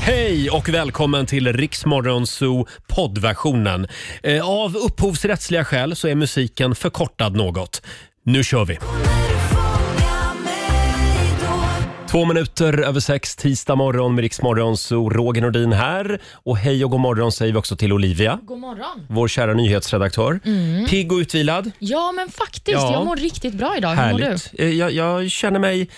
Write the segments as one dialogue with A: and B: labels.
A: Hej och välkommen till Riksmorgon Zoo poddversionen. Eh, Av upphovsrättsliga skäl så är musiken förkortad något. Nu kör vi! Två minuter över sex tisdag morgon med Riksmorgon Zoo. Roger Nordin här. Och hej och god morgon säger vi också till Olivia,
B: God morgon.
A: vår kära nyhetsredaktör.
B: Mm.
A: Pigg och utvilad.
B: Ja, men faktiskt.
A: Ja.
B: Jag mår riktigt bra idag. Hur mår du?
A: Härligt. Eh, Jag, jag känner mig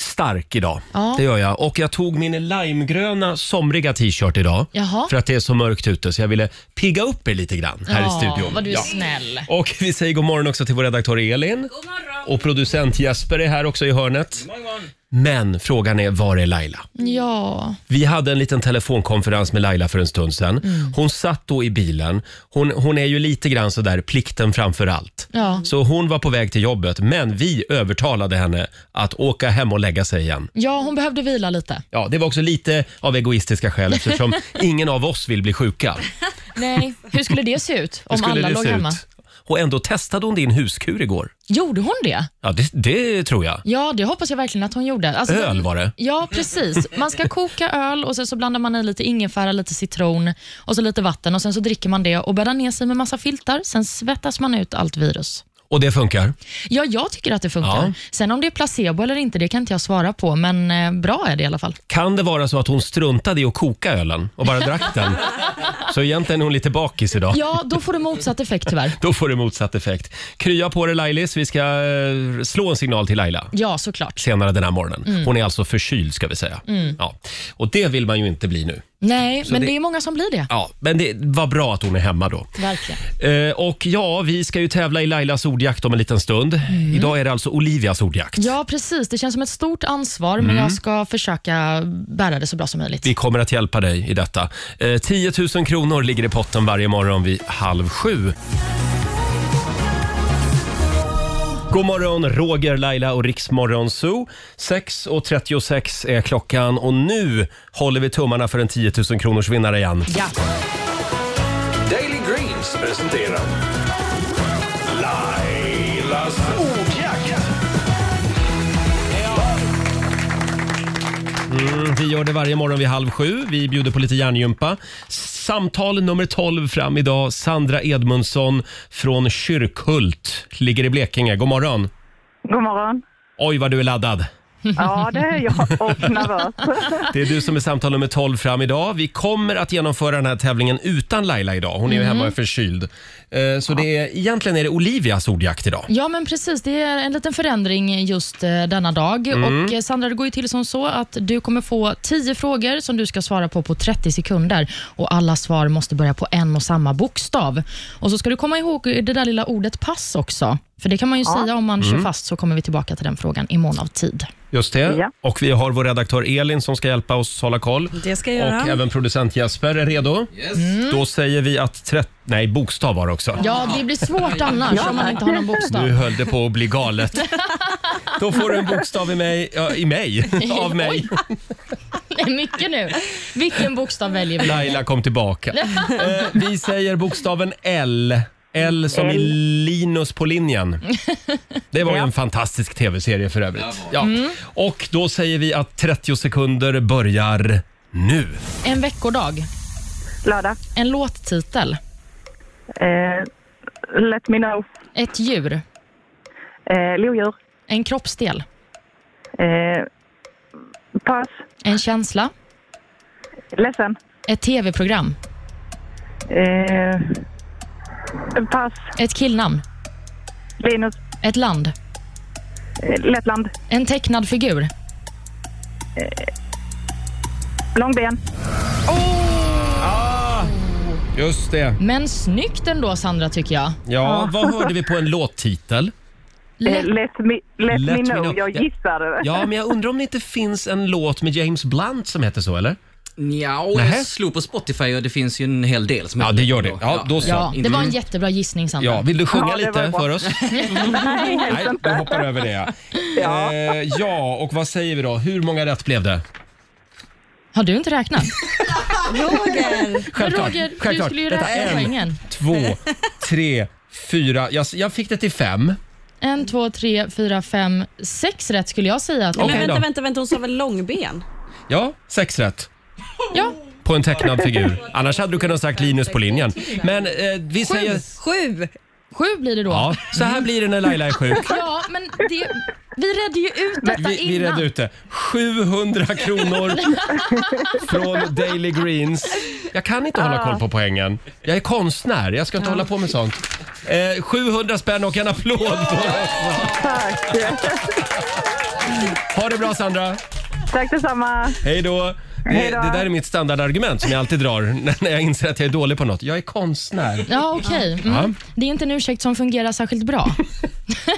A: stark idag.
B: Ja.
A: Det gör jag. Och jag tog min limegröna somriga t-shirt idag.
B: Jaha.
A: För att det är så mörkt ute så jag ville pigga upp er lite grann här i studion.
B: vad du är
A: Ja.
B: snäll.
A: Och vi säger god morgon också till vår redaktör Elin. God morgon. Och producent Jesper är här också i hörnet. Men frågan är, var är Laila?
B: Ja.
A: Vi hade en liten telefonkonferens med Laila för en stund sedan.
B: Mm.
A: Hon satt då i bilen. Hon, hon är ju lite grann sådär plikten framför allt.
B: Ja.
A: Så hon var på väg till jobbet, men vi övertalade henne att åka hem och lägga sig igen.
B: ja, hon behövde vila lite.
A: Ja, det var också lite av egoistiska skäl eftersom ingen av oss vill bli sjuka.
B: Nej, hur skulle det se ut
A: Hur
B: om alla låg hemma?
A: Och ändå testade hon din huskur igår.
B: Gjorde hon det?
A: Ja, det, det tror jag.
B: Ja, det hoppas jag verkligen att hon gjorde. Alltså,
A: Öl var det.
B: Ja, precis. Man ska koka öl och sen så blandar man i lite ingefära, lite citron och så lite vatten och sen så dricker man det och bäddar ner sig med massa filtar. Sen svettas man ut allt virus.
A: Och det funkar.
B: Ja, jag tycker att det funkar.
A: Ja.
B: Sen om det är placebo eller inte, det kan inte jag svara på, men eh, bra är det i alla fall.
A: Kan det vara så att hon struntade i att koka ölen och bara drack den? Så egentligen är hon lite bakis idag.
B: Ja, då får det motsatt effekt tyvärr.
A: Då får det motsatt effekt. Krya på dig Lailis. Vi ska eh, slå en signal till Laila.
B: Ja, såklart.
A: senare den här morgonen. Hon är alltså förkyld ska vi säga. Ja. Och det vill man ju inte bli nu.
B: Nej, men
A: det-
B: det... är många som blir det.
A: Ja, men det var bra att hon är hemma då.
B: Verkligen.
A: Eh, och ja, vi ska ju tävla i Lailas ordjakt om en liten stund. Idag är det alltså Olivias ordjakt.
B: Ja, precis. Det känns som ett stort ansvar, men jag ska försöka bära det så bra som möjligt.
A: Vi kommer att hjälpa dig i detta. Eh, 10 000 kronor ligger i potten varje morgon vid halv sju. God morgon, Roger, Laila och Riksmorgon Zoo. 6.36 är klockan och nu håller vi tummarna för en 10 000 kronors vinnare igen.
B: Ja.
C: Daily Greens presenterar Lailas ordjakt.
A: Vi gör det varje morgon vid halv sju. Vi bjuder på lite hjärngympa. Samtal nummer 12 fram idag. Sandra Edmundsson från Kyrkhult ligger i Blekinge. God morgon.
D: God morgon.
A: Oj, vad du är laddad.
D: Ja, det är jag och nervös.
A: Det är du som är samtal nummer 12 fram idag. Vi kommer att genomföra den här tävlingen utan Laila idag. Hon är ju hemma och är förkyld. Eh, Så det är, egentligen är det Olivias ordjakt idag.
B: ja, men precis. Det är en liten förändring just eh, denna dag. Och eh, Sandra, det går ju till som så att du kommer få 10 frågor som du ska svara på på 30 sekunder. Och Alla svar måste börja på en och samma bokstav. Och så ska du komma ihåg det där lilla ordet pass också. För Det kan man ju säga om man kör fast, så kommer vi tillbaka till den frågan i mån av tid.
A: Just det.
D: Ja.
A: Och vi har vår redaktör Elin som ska hjälpa oss hålla koll.
E: Det ska jag
A: Och
E: göra.
A: även producent Jesper är redo. Då säger vi att... Tre... Nej, bokstav var det också.
B: Ja, det blir svårt annars om man inte har någon bokstav.
A: Du höll det på att bli galet. Då får du en bokstav i mig, ja, i mig av mig.
B: Det är mycket nu. Vilken bokstav väljer vi?
A: Laila kom tillbaka. Eh, vi säger bokstaven L. L som i Linus på linjen. Det var ju en fantastisk tv-serie för övrigt. Ja. Och då säger vi att 30 sekunder börjar nu.
B: En veckodag.
D: Lördag.
B: En låttitel.
D: Eh, let me know.
B: Ett djur.
D: Eh, lodjur.
B: En kroppsdel.
D: Eh, pass.
B: En känsla.
D: Ledsen.
B: Ett tv-program.
D: Eh, pass.
B: Ett killnamn.
D: Linus.
B: Ett land.
D: Eh, Lettland.
B: En tecknad figur.
D: Långben. Eh,
A: Just det.
B: Men snyggt ändå, Sandra, tycker jag.
A: Ja, vad hörde vi på en låttitel?
D: Eh, let
B: Lätt.
D: me, let
A: Let
D: me,
A: me
D: know.
A: know.
D: Jag
A: Ja.
D: gissade.
A: Ja, men jag undrar om det inte finns en låt med James Blunt som heter så, eller?
F: Ja, och
A: Nähä.
F: jag slog på Spotify och det finns ju en hel del som
A: Ja,
F: heter
A: det gör det. Ja, då
B: Ja,
A: så.
B: det var en jättebra gissning, Sandra.
A: Ja, vill du sjunga
D: Ja, det var
A: lite
D: bra.
A: för oss?
D: Nej,
A: Nej,
D: helst
A: vi
D: inte.
A: hoppar över det. Ja.
D: Ja.
A: Eh, ja, och vad säger vi då? Hur många rätt blev det?
B: Har du inte räknat?
E: Roger!
B: Men
A: Självklart.
B: Roger, du
A: Självklart.
B: skulle ju
A: Vänta,
B: räkna
A: en.
B: poängen.
A: Två, tre, fyra. Jag, jag fick det till fem.
B: En, två, tre, fyra, fem, sex rätt skulle jag säga. att det
A: Okej
E: Men
A: då.
E: vänta, vänta, vänta, hon sa väl långben?
A: Ja, sex rätt.
B: Ja,
A: på en tecknad figur. Annars hade du kunnat sagt Linus på linjen. Men eh, vi säger...
E: Sju.
B: sju blir det då.
A: Ja, så här blir det när Laila är sjuk.
B: Ja, men det, vi redde ju ut detta
A: Vi, vi
B: innan.
A: redde ut det. 700 kronor från Daily Greens. Jag kan inte
D: Ah.
A: hålla koll på poängen. Jag är konstnär, jag ska inte hålla på med sånt. Eh, 700 spänn och en applåd på oss.
D: Tack.
A: Ha det bra Sandra!
D: Tack detsamma.
A: Hej då! Det,
D: Hej då.
A: det där är mitt standardargument som jag alltid drar när när jag inser att jag är dålig på något. Jag är konstnär.
B: Ja, okej. Mm.
A: Ja.
B: Det är inte en ursäkt som fungerar särskilt bra.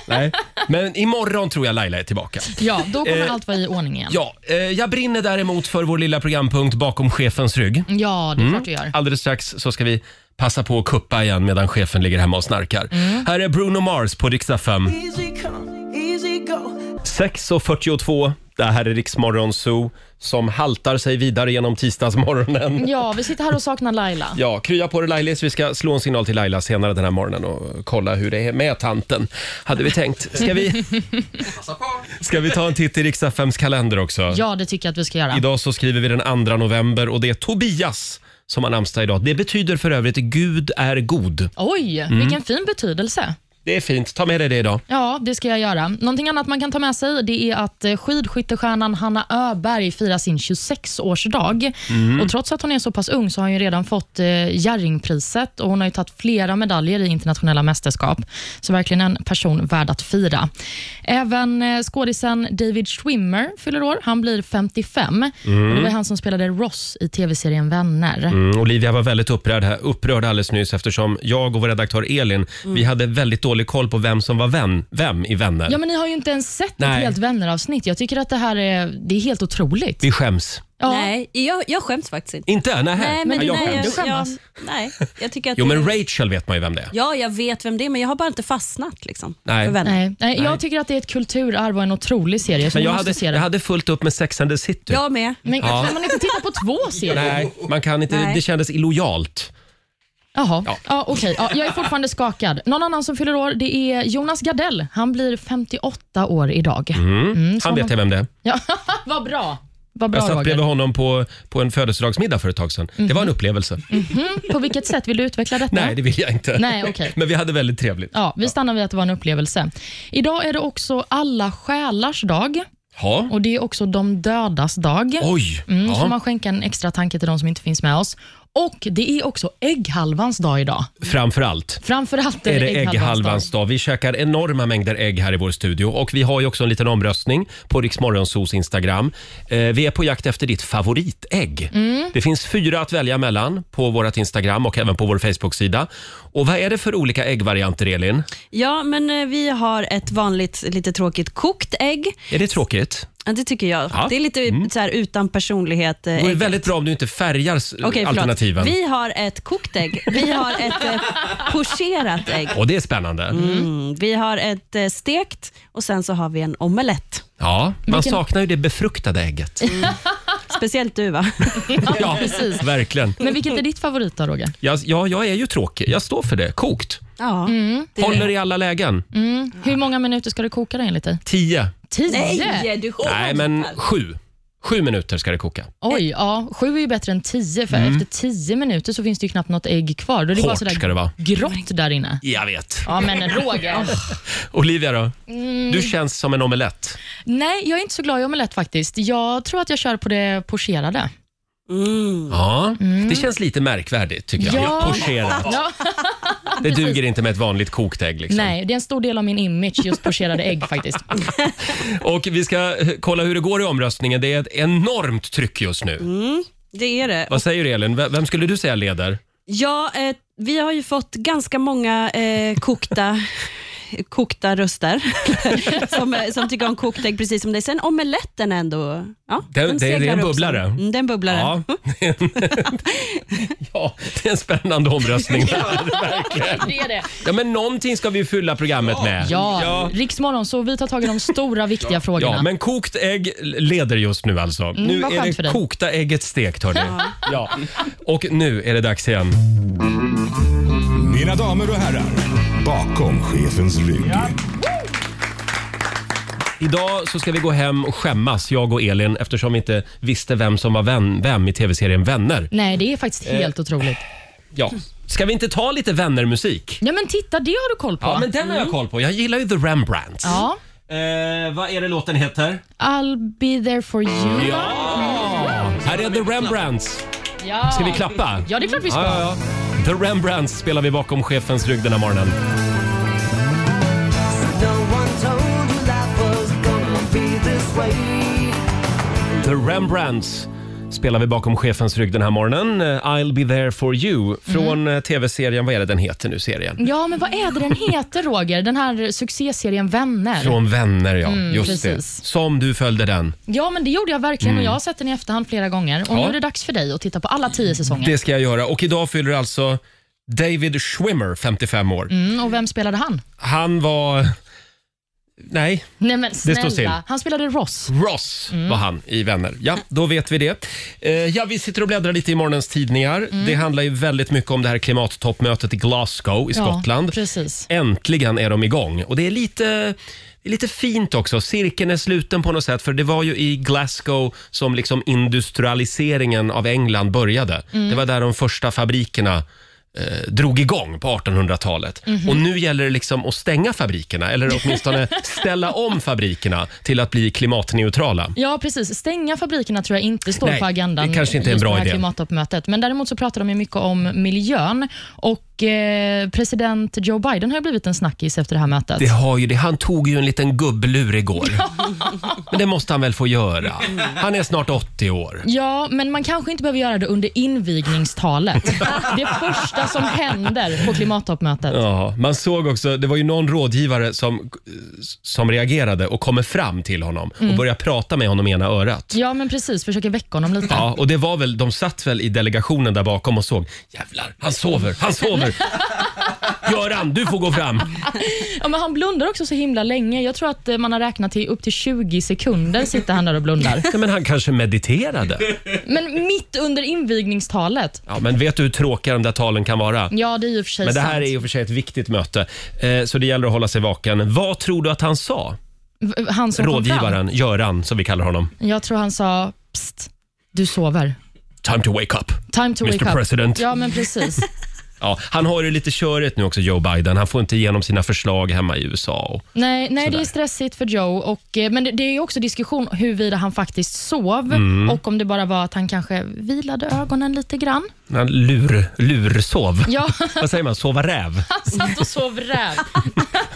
A: Nej. Men imorgon tror jag Laila är tillbaka.
B: Ja, då kommer
A: Eh,
B: allt vara i ordning igen.
A: Ja, eh, jag brinner däremot för vår lilla programpunkt bakom chefens rygg.
B: Ja, det är
A: Mm.
B: klart du gör.
A: Alldeles strax så ska vi passa på att kuppa igen medan chefen ligger hemma och snarkar. Här är Bruno Mars på riksdag 5. 6.42, det här är Riksmorgon Zoo som haltar sig vidare genom tisdagsmorgonen.
B: Ja, vi sitter här och saknar Laila.
A: Ja, krya på dig Lailis. Vi ska slå en signal till Laila senare den här morgonen och kolla hur det är med tanten, hade vi tänkt. Ska vi, ska vi ta en titt i riksdag 5 kalender också?
B: Ja, det tycker jag att vi ska göra.
A: Idag så skriver vi den 2 november och det är Tobias som har namnsdag idag. Det betyder för övrigt Gud är god.
B: Oj,
A: Mm.
B: vilken fin betydelse.
A: Det är fint. Ta med dig det idag.
B: Ja, det ska jag göra. Någonting annat man kan ta med sig det är att eh, skidskyttestjärnan Hanna Öberg firar sin 26-årsdag.
A: Mm.
B: Och trots att hon är så pass ung så har hon ju redan fått eh, Jerringpriset och hon har ju tagit flera medaljer i internationella mästerskap. Så verkligen en person värd att fira. Även eh, skådisen David Schwimmer fyller år. Han blir 55. Och det var han som spelade Ross i tv-serien Vänner.
A: Mm, Olivia var väldigt upprörd, här, upprörd alldeles nyss eftersom jag och vår redaktör Elin, vi hade väldigt dålig koll på vem som var vän, vem i Vänner.
B: Ja, men ni har ju inte ens sett ett
A: Nej.
B: helt Vänner-avsnitt. Jag tycker att det här är, det är helt otroligt.
A: Vi skäms.
B: Ja.
E: Nej, jag, jag skäms faktiskt inte.
A: Inte? Nej,
E: Nej, men
A: Ja, jag
E: nej,
A: skäms.
B: Du skämmas.
E: nej, jag tycker att
A: Jo,
E: det-
A: men Rachel vet man ju vem det är.
E: Ja, jag vet vem det är, men jag har bara inte fastnat liksom.
A: Nej.
E: För vänner.
B: Nej, nej, jag tycker att det är ett kulturarv och en otrolig serie. Så
A: Men
B: men
A: jag
B: måste
A: hade,
B: se
A: jag
B: den.
A: hade fullt upp med Sex and the City.
E: Jag med.
B: Men
A: Ja.
B: kan man inte titta på två serier?
A: Nej, man kan inte.
E: Nej.
A: Det kändes illojalt.
B: Jaha, ja. okej. Ja, jag är fortfarande skakad. Någon annan som fyller år det är Jonas Gardell. Han blir 58 år idag.
A: Mm.
B: så
A: Han vet
B: man-
A: jag vem det är.
B: Ja, vad bra. Vad bra
A: Jag satt bredvid
B: Roger.
A: honom på, på en födelsedagsmiddag för ett tag sedan. Det var en upplevelse.
B: På vilket sätt vill du utveckla detta?
A: Nej, det vill jag inte.
B: Nej, okej.
A: Men vi hade väldigt trevligt.
B: Ja, vi stannar vid att det var en upplevelse. Idag är det också alla själars dag
A: Ja.
B: och det är också de dödas dag.
A: Oj!
B: Mm, Så
A: ja.
B: man skänka en extra tanke till de som inte finns med oss. Och det är också ägghalvans dag idag.
A: Framför allt
B: Framförallt
A: är det ägghalvans dag. Vi käkar enorma mängder ägg här i vår studio. Och vi har ju också en liten omröstning på Riksmorgonsos Instagram. Eh, vi är på jakt efter ditt favoritägg. Det finns fyra att välja mellan på vårt Instagram och även på vår Facebook-sida. Och vad är det för olika äggvarianter, Elin?
E: Ja, men eh, vi har ett vanligt, lite tråkigt kokt ägg.
A: Är det tråkigt?
E: Ja, Det tycker jag.
A: Ja. Mm.
E: Det är lite så här, utan personlighet. eh,
A: Det är
E: ägg.
A: väldigt bra om du inte färgar s-
E: Okej, förlåt.
A: alternativen.
E: Vi har ett kokt ägg, vi har ett eh, pocherat ägg,
A: Och det är spännande.
E: mm. vi har ett eh, stekt och sen så har vi en omelett.
A: Ja, man
B: Vilken-
A: saknar ju det befruktade ägget.
E: Speciellt du va?
A: Ja,
B: precis.
A: Verkligen.
B: Men vilket är ditt favorit då, Roger?
A: Jag, ja, jag är ju tråkig. Jag står för det. Kokt.
E: Ja.
A: Håller i alla lägen.
B: Mm. Hur många minuter ska du koka det enligt dig?
A: Tio.
B: Tio?
E: Nej, du skämtar.
A: Nej, men sju. Sju minuter ska det koka.
B: Oj, ja. Sju är ju bättre än tio, för efter tio minuter så finns det ju knappt något ägg kvar. Då är det bara
A: Mm. Hårt
B: sådär
A: ska det vara.
B: grått där inne.
A: Jag vet.
B: Ja, Mm. men Roger.
A: Olivia då? Du känns som en omelett.
B: Nej, jag är inte så glad i omelett faktiskt. Jag tror att jag kör på det pocherade.
A: Ja, det känns lite märkvärdigt tycker jag.
B: Mm. Ja.
A: Pocherat.
B: Ja.
A: Det duger inte med ett vanligt kokt ägg. Liksom.
B: Nej, det är en stor del av min image, just pocherade ägg faktiskt.
A: Och vi ska eh, kolla hur det går i omröstningen. Det är ett enormt tryck just nu.
B: Mm.
E: Det är det.
A: Vad säger du Elin? V- Vem skulle du säga leder?
E: Ja, eh, vi har ju fått ganska många eh, kokta kokta röster som, eh, som tycker om kokt ägg precis som dig. Sen omeletten ändå. Ja,
A: Den- det- det är en
E: seglar upp
A: bubblare.
E: som- Mm, den
B: Äh.
E: bubblare.
A: Ja. ja, det är en spännande omröstning.
B: Det är det.
A: Ja, men någonting ska vi fylla programmet med.
B: Ja, Riksmorgon, så vi tar tag i de stora, viktiga frågorna.
A: Ja, men kokt ägg leder just nu alltså. nu
B: Mm, vad skönt
A: är
B: för
A: det
B: dig.
A: kokta ägget stekt hörni. ja. Och nu är det dags igen.
G: Mina damer och herrar, bakom chefens rygg.
A: Idag så ska vi gå hem och skämmas, jag och Elin, eftersom vi inte visste vem som var vän, vem i tv-serien Vänner.
B: Nej, det är
A: Eh.
B: faktiskt helt otroligt.
A: Ja. Ska vi inte ta lite Vänner-musik?
B: Ja, men titta, det har du koll på.
A: Ja, men den har jag koll på. Jag gillar ju The Rembrandts.
B: Mm. Ja.
A: Eh, vad är det låten heter?
B: I'll be there for you.
A: Ja! Här är The Rembrandts.
B: Ja.
A: Ska vi klappa?
B: Ja, det är klart vi ska.
A: Ja, ja, ja. The Rembrandts spelar vi bakom chefens rygg den här morgonen. The Rembrandts spelar vi bakom chefens rygg den här morgonen. Eh, I'll be there for you från
B: Mhm.
A: eh, tv-serien, vad är det den heter nu serien?
B: Ja, men vad är det den heter, Roger? Den här succéserien Vänner.
A: Från Vänner ja, just det.
B: Mm, precis.
A: Som du följde den.
B: Ja, men det gjorde jag verkligen och jag har sett den i efterhand flera gånger. Och
A: Mm. Ja.
B: nu är det dags för dig att titta på alla tio säsonger.
A: Det ska jag göra och idag fyller alltså David Schwimmer 55 år.
B: Mm, och vem spelade han?
A: Han var... Nej,
B: Nej men
A: står still.
B: snälla, han spelade Ross.
A: Ross var han i Vänner. Ja, då vet vi det. Eh, ja, vi sitter och bläddrar lite i morgonens tidningar. Det handlar ju väldigt mycket om det här klimattoppmötet i Glasgow i Skottland.
B: Ja, precis.
A: Äntligen är de igång och det är lite... Det är lite fint också. Cirkeln är sluten på något sätt för det var ju i Glasgow som liksom industrialiseringen av England började. Det var där de första fabrikerna eh, drog igång på 1800-talet. Och nu gäller det liksom att stänga fabrikerna eller åtminstone ställa om fabrikerna till att bli klimatneutrala.
B: Ja, precis. Stänga fabrikerna tror jag inte står
A: Nej,
B: på agendan.
A: det kanske inte är en
B: just
A: bra
B: på det här
A: idé.
B: klimattoppmötet. Men däremot så pratar de ju mycket om miljön och eh, president Joe Biden har ju blivit en snackis efter det här mötet.
A: Det har ju det. Han tog ju en liten gubblur igår. Men det måste han väl få göra. Han är snart 80 år.
B: Ja, men man kanske inte behöver göra det under invigningstalet. det första som händer på klimattoppmötet.
A: Ja, man såg också, det var ju någon rådgivare som, som reagerade och kommer fram till honom och började prata med honom i ena örat.
B: Mm. Ja, men precis. Försöker väcka honom lite.
A: Ja, och det var väl, de satt väl i delegationen där bakom och såg, jävlar, han sover, han sover. Göran, du får gå fram.
B: Ja, men han blundar också så himla länge. Jag tror att eh, man har räknat till upp till 20 sekunder sitter han där och blundar.
A: Nej, men han kanske mediterade.
B: Men mitt under invigningstalet.
A: Ja, men vet du hur tråkiga de där talen kan vara?
B: Ja, det är ju i och för sig
A: Men det här
B: sant.
A: är i och för sig ett viktigt möte, eh, så det gäller att hålla sig vaken. Vad tror du att han sa?
B: V- Han som kom
A: Rådgivaren, Göran, som vi kallar honom.
B: Fram. Jag tror han sa Psst, du sover.
A: Time to wake up.
B: Time to
A: Mr.
B: wake up.
A: President.
B: Ja, men precis.
A: Ja, han har ju lite körigt nu också, Joe Biden. Han får inte igenom sina förslag hemma i USA. Och,
B: Nej, nej
A: Sådär.
B: det är stressigt för Joe. Och, eh, men det, det är ju också diskussion huruvida han faktiskt sov
A: Mm.
B: och om det bara var att han kanske vilade ögonen lite grann.
A: han lur, lursov.
B: Ja,
A: Vad säger man? Sova räv?
B: han satt och sov räv.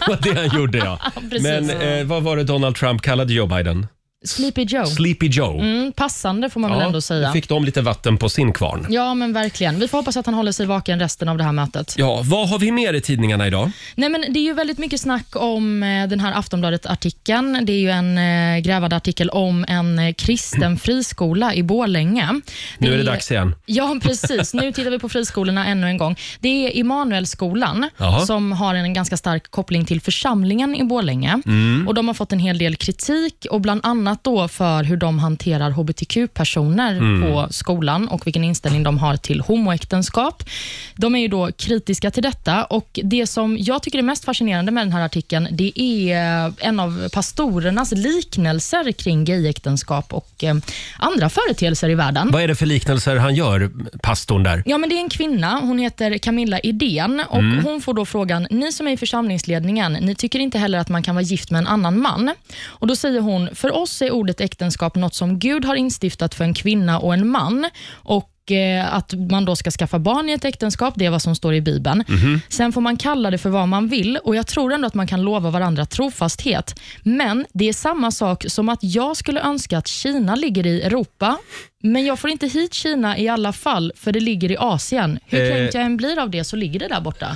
A: Vad det han gjorde, ja.
B: Precis.
A: Men eh, vad var det Donald Trump kallade Joe Biden?
B: Sleepy Joe.
A: Sleepy Joe.
B: Mm, passande får man väl
A: Ja,
B: ändå säga.
A: då fick de lite vatten på sin kvarn.
B: Ja, men verkligen. Vi får hoppas att han håller sig vaken resten av det här mötet.
A: Ja, vad har vi mer i tidningarna idag?
B: Nej, men det är ju väldigt mycket snack om eh, den här Aftonbladet-artikeln. Det är ju en eh, grävande artikel om en eh, kristen friskola i Borlänge.
A: Nu är det dags igen.
B: Ja, precis. Nu tittar vi på friskolorna ännu en gång. Det är Immanuelskolan
A: Jaha.
B: som har en ganska stark koppling till församlingen i Borlänge. Och de har fått en hel del kritik, och bland annat då för hur de hanterar hbtq-personer på skolan och vilken inställning de har till homoäktenskap. De är ju då kritiska till detta och det som jag tycker är mest fascinerande med den här artikeln, det är eh, en av pastorernas liknelser kring gayäktenskap och eh, andra företeelser i världen.
A: Vad är det för liknelser han gör, pastorn där?
B: Ja, men det är en kvinna. Hon heter Camilla Idén och hon får då frågan, ni som är i församlingsledningen, ni tycker inte heller att man kan vara gift med en annan man? Och Då säger hon, för oss är ordet äktenskap något som Gud har instiftat för en kvinna och en man. Och eh, att man då ska skaffa barn i ett äktenskap, det är vad som står i Bibeln.
A: Mhm.
B: Sen får man kalla det för vad man vill och jag tror ändå att man kan lova varandra trofasthet. Men det är samma sak som att jag skulle önska att Kina ligger i Europa, men jag får inte hit Kina i alla fall, för det ligger i Asien. Hur
A: Eh.
B: kränkt jag än blir av det så ligger det där borta.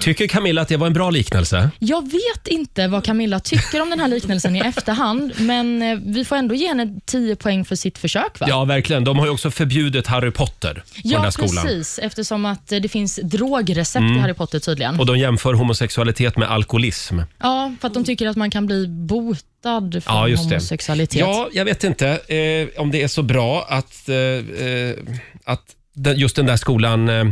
A: Tycker Camilla att det var en bra liknelse?
B: Jag vet inte vad Camilla tycker om den här liknelsen i efterhand, men eh, vi får ändå ge henne 10 poäng för sitt försök. Va?
A: Ja, verkligen. De har ju också förbjudit Harry Potter på den
B: Ja,
A: där skolan. Mm.
B: precis. Eftersom att eh, det finns drogrecept i Harry Potter tydligen.
A: Och de jämför homosexualitet med alkoholism.
B: Ja, för att de tycker att man kan bli botad från
A: Ja, just det.
B: homosexualitet.
A: Ja, jag vet inte eh, om det är så bra att, eh, eh, att den, just den där skolan eh,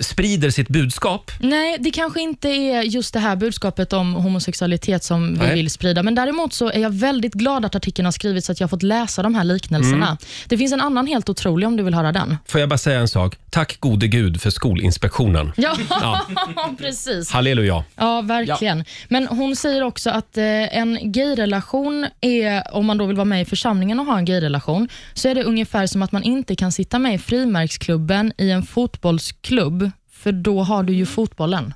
A: sprider sitt budskap.
B: Nej, det kanske inte är just det här budskapet om homosexualitet som vi
A: Nej.
B: vill sprida, men däremot så är jag väldigt glad att artikeln har skrivits så att jag har fått läsa de här liknelserna.
A: Mm.
B: Det finns en annan helt otrolig om du vill höra den.
A: Får jag bara säga en sak? Tack gode gud för Skolinspektionen.
B: Ja, precis.
A: Halleluja.
B: Ja, verkligen. Men hon säger också att eh, en gayrelation är, om man då vill vara med i församlingen och ha en gayrelation, så är det ungefär som att man inte kan sitta med i frimärksklubben i en fotbollsklubb, för då har du ju fotbollen.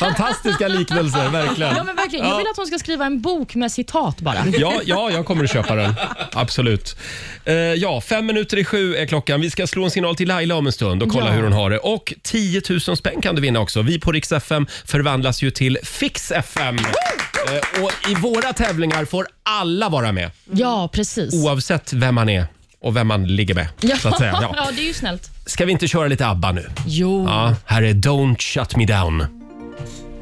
A: Fantastiska liknelser, verkligen.
B: Ja, men verkligen. Jag vill att hon ska skriva en bok med citat bara.
A: Ja, ja, jag kommer att köpa den. Absolut. Eh, ja, fem minuter i sju är klockan. Vi ska slå en signal till Laila om en stund och kolla
B: Ja.
A: hur hon har det. Och 10 000 spänn kan du vinna också. Vi på Rix FM förvandlas ju till Fix FM. Eh, och i våra tävlingar får alla vara med,
B: Ja, precis.
A: oavsett vem man är och vem man ligger med. Så att säga. Ja.
B: ja, det är ju snällt.
A: Ska vi inte köra lite ABBA nu?
B: Jo.
A: Ja, här är Don't Shut Me Down.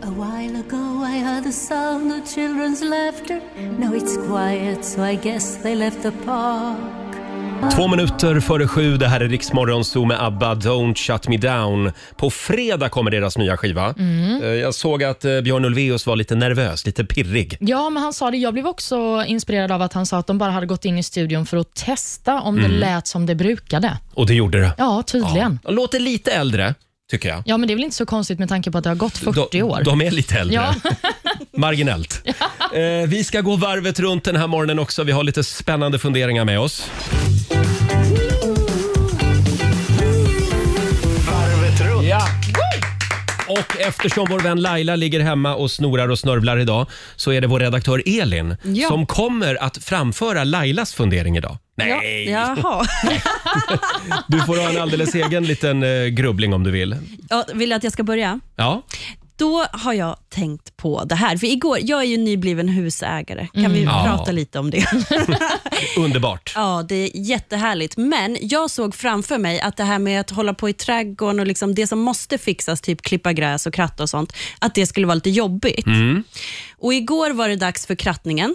G: A while ago I heard the sound of children's laughter. Now it's quiet, so I guess they left the park.
A: Två minuter före sju, det här är Riksmorgon Zoo med ABBA, Don't Shut Me Down. På fredag kommer deras nya skiva. Eh, Jag såg att eh, Björn Ulvaeus var lite nervös, lite pirrig.
B: Ja, men han sa det. Jag blev också inspirerad av att han sa att de bara hade gått in i studion för att testa om
A: Mm.
B: det lät som det brukade.
A: Och det gjorde det.
B: Ja, tydligen.
A: De låter lite äldre, tycker jag.
B: Ja, men det är väl inte så konstigt med tanke på att det har gått 40
A: de,
B: år.
A: De är lite äldre.
B: Ja.
A: Marginellt. Eh, vi ska gå varvet runt den här morgonen också. Vi har lite spännande funderingar med oss.
C: Varvet runt.
A: Ja. Och eftersom vår vän Laila ligger hemma och snorar och snörvlar idag så är det vår redaktör Elin
E: Ja.
A: som kommer att framföra Lailas fundering idag.
E: Ja,
A: Nej,
E: jaha.
A: du får ha en alldeles egen liten eh, grubbling om du vill.
E: Ja, vill du att jag ska börja?
A: Ja,
E: Då har jag tänkt på det här. För igår, Jag är ju nybliven husägare. Kan vi
A: Mm. Ja.
E: prata lite om det?
A: underbart.
E: Ja, det är jättehärligt. Men jag såg framför mig att det här med att hålla på i trädgården och liksom det som måste fixas, typ klippa gräs och kratta och sånt, att det skulle vara lite jobbigt. Och igår var det dags för krattningen.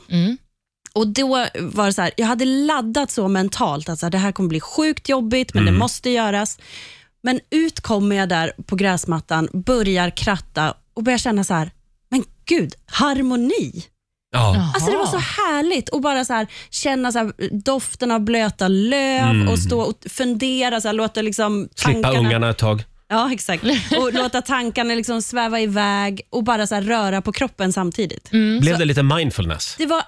E: Och då var det så här, jag hade laddat så mentalt att så här, det här kommer bli sjukt jobbigt, men det måste göras. Men ut kommer jag där på gräsmattan, börjar kratta och börjar känna så här, men gud, harmoni.
A: Ja.
E: Alltså det var så
B: Jaha.
E: härligt att bara så här, känna så här, doften av blöta löv och stå
A: Mm.
E: och fundera, så här, låta liksom
A: Slippa
E: tankarna...
A: ungarna ett tag.
E: Ja, exakt. Och låta tankarna liksom sväva iväg och bara så här, röra på kroppen samtidigt.
A: Blev det lite mindfulness?
E: Det var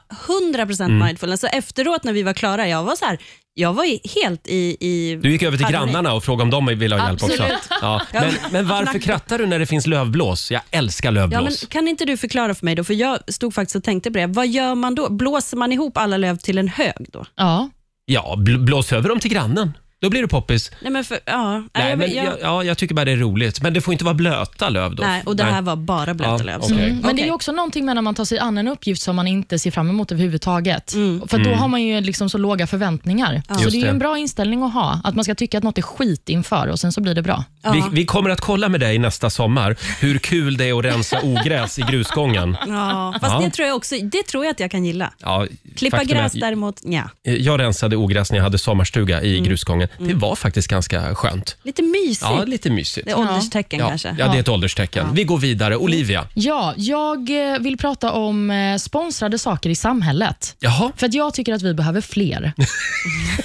E: 100%
A: Mm.
E: mindfulness. Så efteråt när vi var klara, jag var så här, jag var i- helt i... i
A: Du gick över till
E: harmoni.
A: grannarna och frågade om de ville ha hjälp
B: Absolut.
A: också. Ja. Men, men varför krattar du när det finns lövblås? Jag älskar
E: Ja, men
A: lövblås.
E: kan inte du förklara för mig då, för jag stod faktiskt och tänkte på det. Vad gör man då? Blåser man ihop alla löv till en hög då?
B: Ja.
A: Ja, bl- blås över dem till grannen. Då blir det poppis.
E: Nej, men för, ja.
A: Nej,
E: jag-
A: men
E: jag-
A: jag, ja, jag tycker bara det är roligt. Men det får inte vara blöta löv då.
E: Nej, och det här var bara blöta
A: Ja,
E: löv.
A: okej. Mm.
B: Men det är
E: Okej.
B: ju också någonting med när man tar sig an en uppgift som man inte ser fram emot överhuvudtaget.
E: Mm.
B: För då har man ju liksom så låga förväntningar. Så
A: Mm. Just
B: det är ju
A: det.
B: en bra inställning att ha, att man ska tycka att något är skit inför och sen så blir det bra.
A: Vi, vi kommer att kolla med dig nästa sommar hur kul det är att rensa ogräs i grusgången.
E: Ja, fast
A: Ja.
E: det tror jag också, det tror jag att jag kan gilla.
A: Ja,
E: Klippa
A: faktum är
E: gräs
A: att
E: däremot, ja.
A: Jag rensade ogräs när jag hade sommarstuga i
E: Mm.
A: grusgången. Det var faktiskt ganska skönt.
E: Lite mysigt.
A: Ja, lite mysigt.
E: Det är ålderstecken
A: Ja,
E: kanske.
A: ja, det är ett ålderstecken. Vi går vidare. Olivia.
B: Ja, jag eh, vill prata om eh, sponsrade saker i samhället.
A: Jaha,
B: För att jag tycker att vi behöver fler. jag